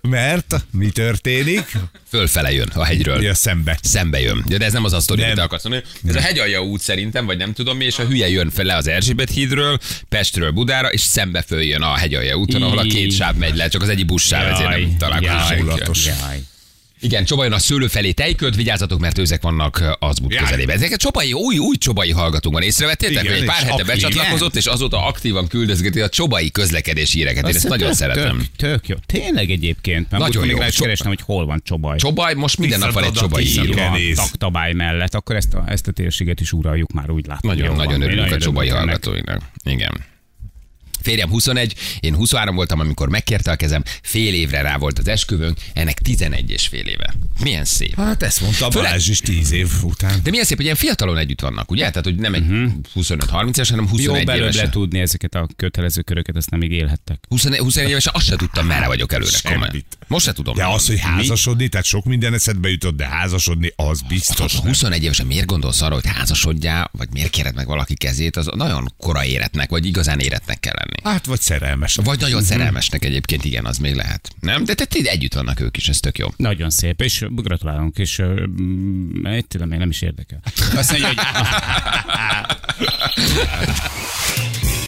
Speaker 4: mert mi történik?
Speaker 2: Fölfele jön a hegyről.
Speaker 4: Ugye szembe.
Speaker 2: szembe jön. Ja, de ez nem az a sztori,
Speaker 4: Nem.
Speaker 2: amit te akarsz mondani. Ez a hegyalja út szerintem, vagy nem tudom mi, és a hülye jön fel le az Erzsébet hídről, Pestről Budára, és szembe följön a hegyalja úton, ahol a két
Speaker 3: Így.
Speaker 2: sáv megy le, csak az egyik buszsáv, ezért nem találkozik senki.
Speaker 4: Zsulatos.
Speaker 3: Jaj.
Speaker 2: Igen, Csoba jön a szőlő felé tejköd, vigyázzatok, mert őzek vannak az út
Speaker 4: Jaj.
Speaker 2: közelében. Ezeket Csobai, új, új Csobai hallgatunk van. Észrevettétek,
Speaker 4: Igen,
Speaker 2: hogy egy pár
Speaker 4: és
Speaker 2: hete
Speaker 4: aktív.
Speaker 2: becsatlakozott, és azóta aktívan küldözgeti a Csobai közlekedési híreket. Én ezt nagyon
Speaker 3: tök,
Speaker 2: szeretem.
Speaker 3: Tök, tök jó. Tényleg egyébként. Mert
Speaker 2: Nagyon
Speaker 3: nagyon
Speaker 2: jó.
Speaker 3: jó. Még
Speaker 2: Csob-
Speaker 3: Csob... kerestem, hogy hol van Csobaj.
Speaker 2: Csobaj, most minden nap van egy
Speaker 4: Visszadat a
Speaker 2: Csobai
Speaker 4: tíz
Speaker 2: hír.
Speaker 4: napja.
Speaker 3: Van,
Speaker 4: Kenész.
Speaker 3: Taktabály mellett, akkor ezt a, ezt a térséget is uraljuk már, úgy látom.
Speaker 2: Nagyon,
Speaker 3: Jól
Speaker 2: nagyon
Speaker 3: van.
Speaker 2: örülünk a
Speaker 3: Nagyon
Speaker 2: csobai
Speaker 3: ennek.
Speaker 2: hallgatóinak. Igen. Férjem 21, én 23 voltam, amikor megkérte a kezem, fél évre rá volt az esküvőnk, ennek 11 és fél éve. Milyen szép.
Speaker 4: Hát ezt mondta
Speaker 2: Főleg-
Speaker 4: Balázs is tíz év után.
Speaker 2: De milyen szép, hogy ilyen fiatalon együtt vannak, ugye? Tehát, hogy nem egy
Speaker 4: Mhm.
Speaker 2: 25-30 es hanem
Speaker 3: Jó
Speaker 2: 21
Speaker 3: belőle
Speaker 2: éves.
Speaker 3: tudni ezeket a kötelező köröket, azt nem még élhettek.
Speaker 2: 21, 21 évesen azt se tudtam, merre vagyok előre.
Speaker 4: Semmit.
Speaker 2: Komolyan. Most se tudom.
Speaker 4: De az, hogy házasodni, tehát sok minden eszedbe jutott, de házasodni az
Speaker 2: Hát
Speaker 4: biztos. nem.
Speaker 2: 21 évesen miért gondolsz arra, hogy házasodjál, vagy miért kéred meg valaki kezét, az nagyon korai életnek, vagy igazán életnek kell lenni.
Speaker 4: Hát vagy szerelmes.
Speaker 2: Vagy nagyon szerelmesnek egyébként, igen, az még lehet. Nem? De te, te együtt vannak ők is, ez tök jó.
Speaker 3: Nagyon szép, és gratulálunk, és ö, mm, egy
Speaker 2: (laughs)
Speaker 3: tudom, én nem is érdekel. Azt mondja, hogy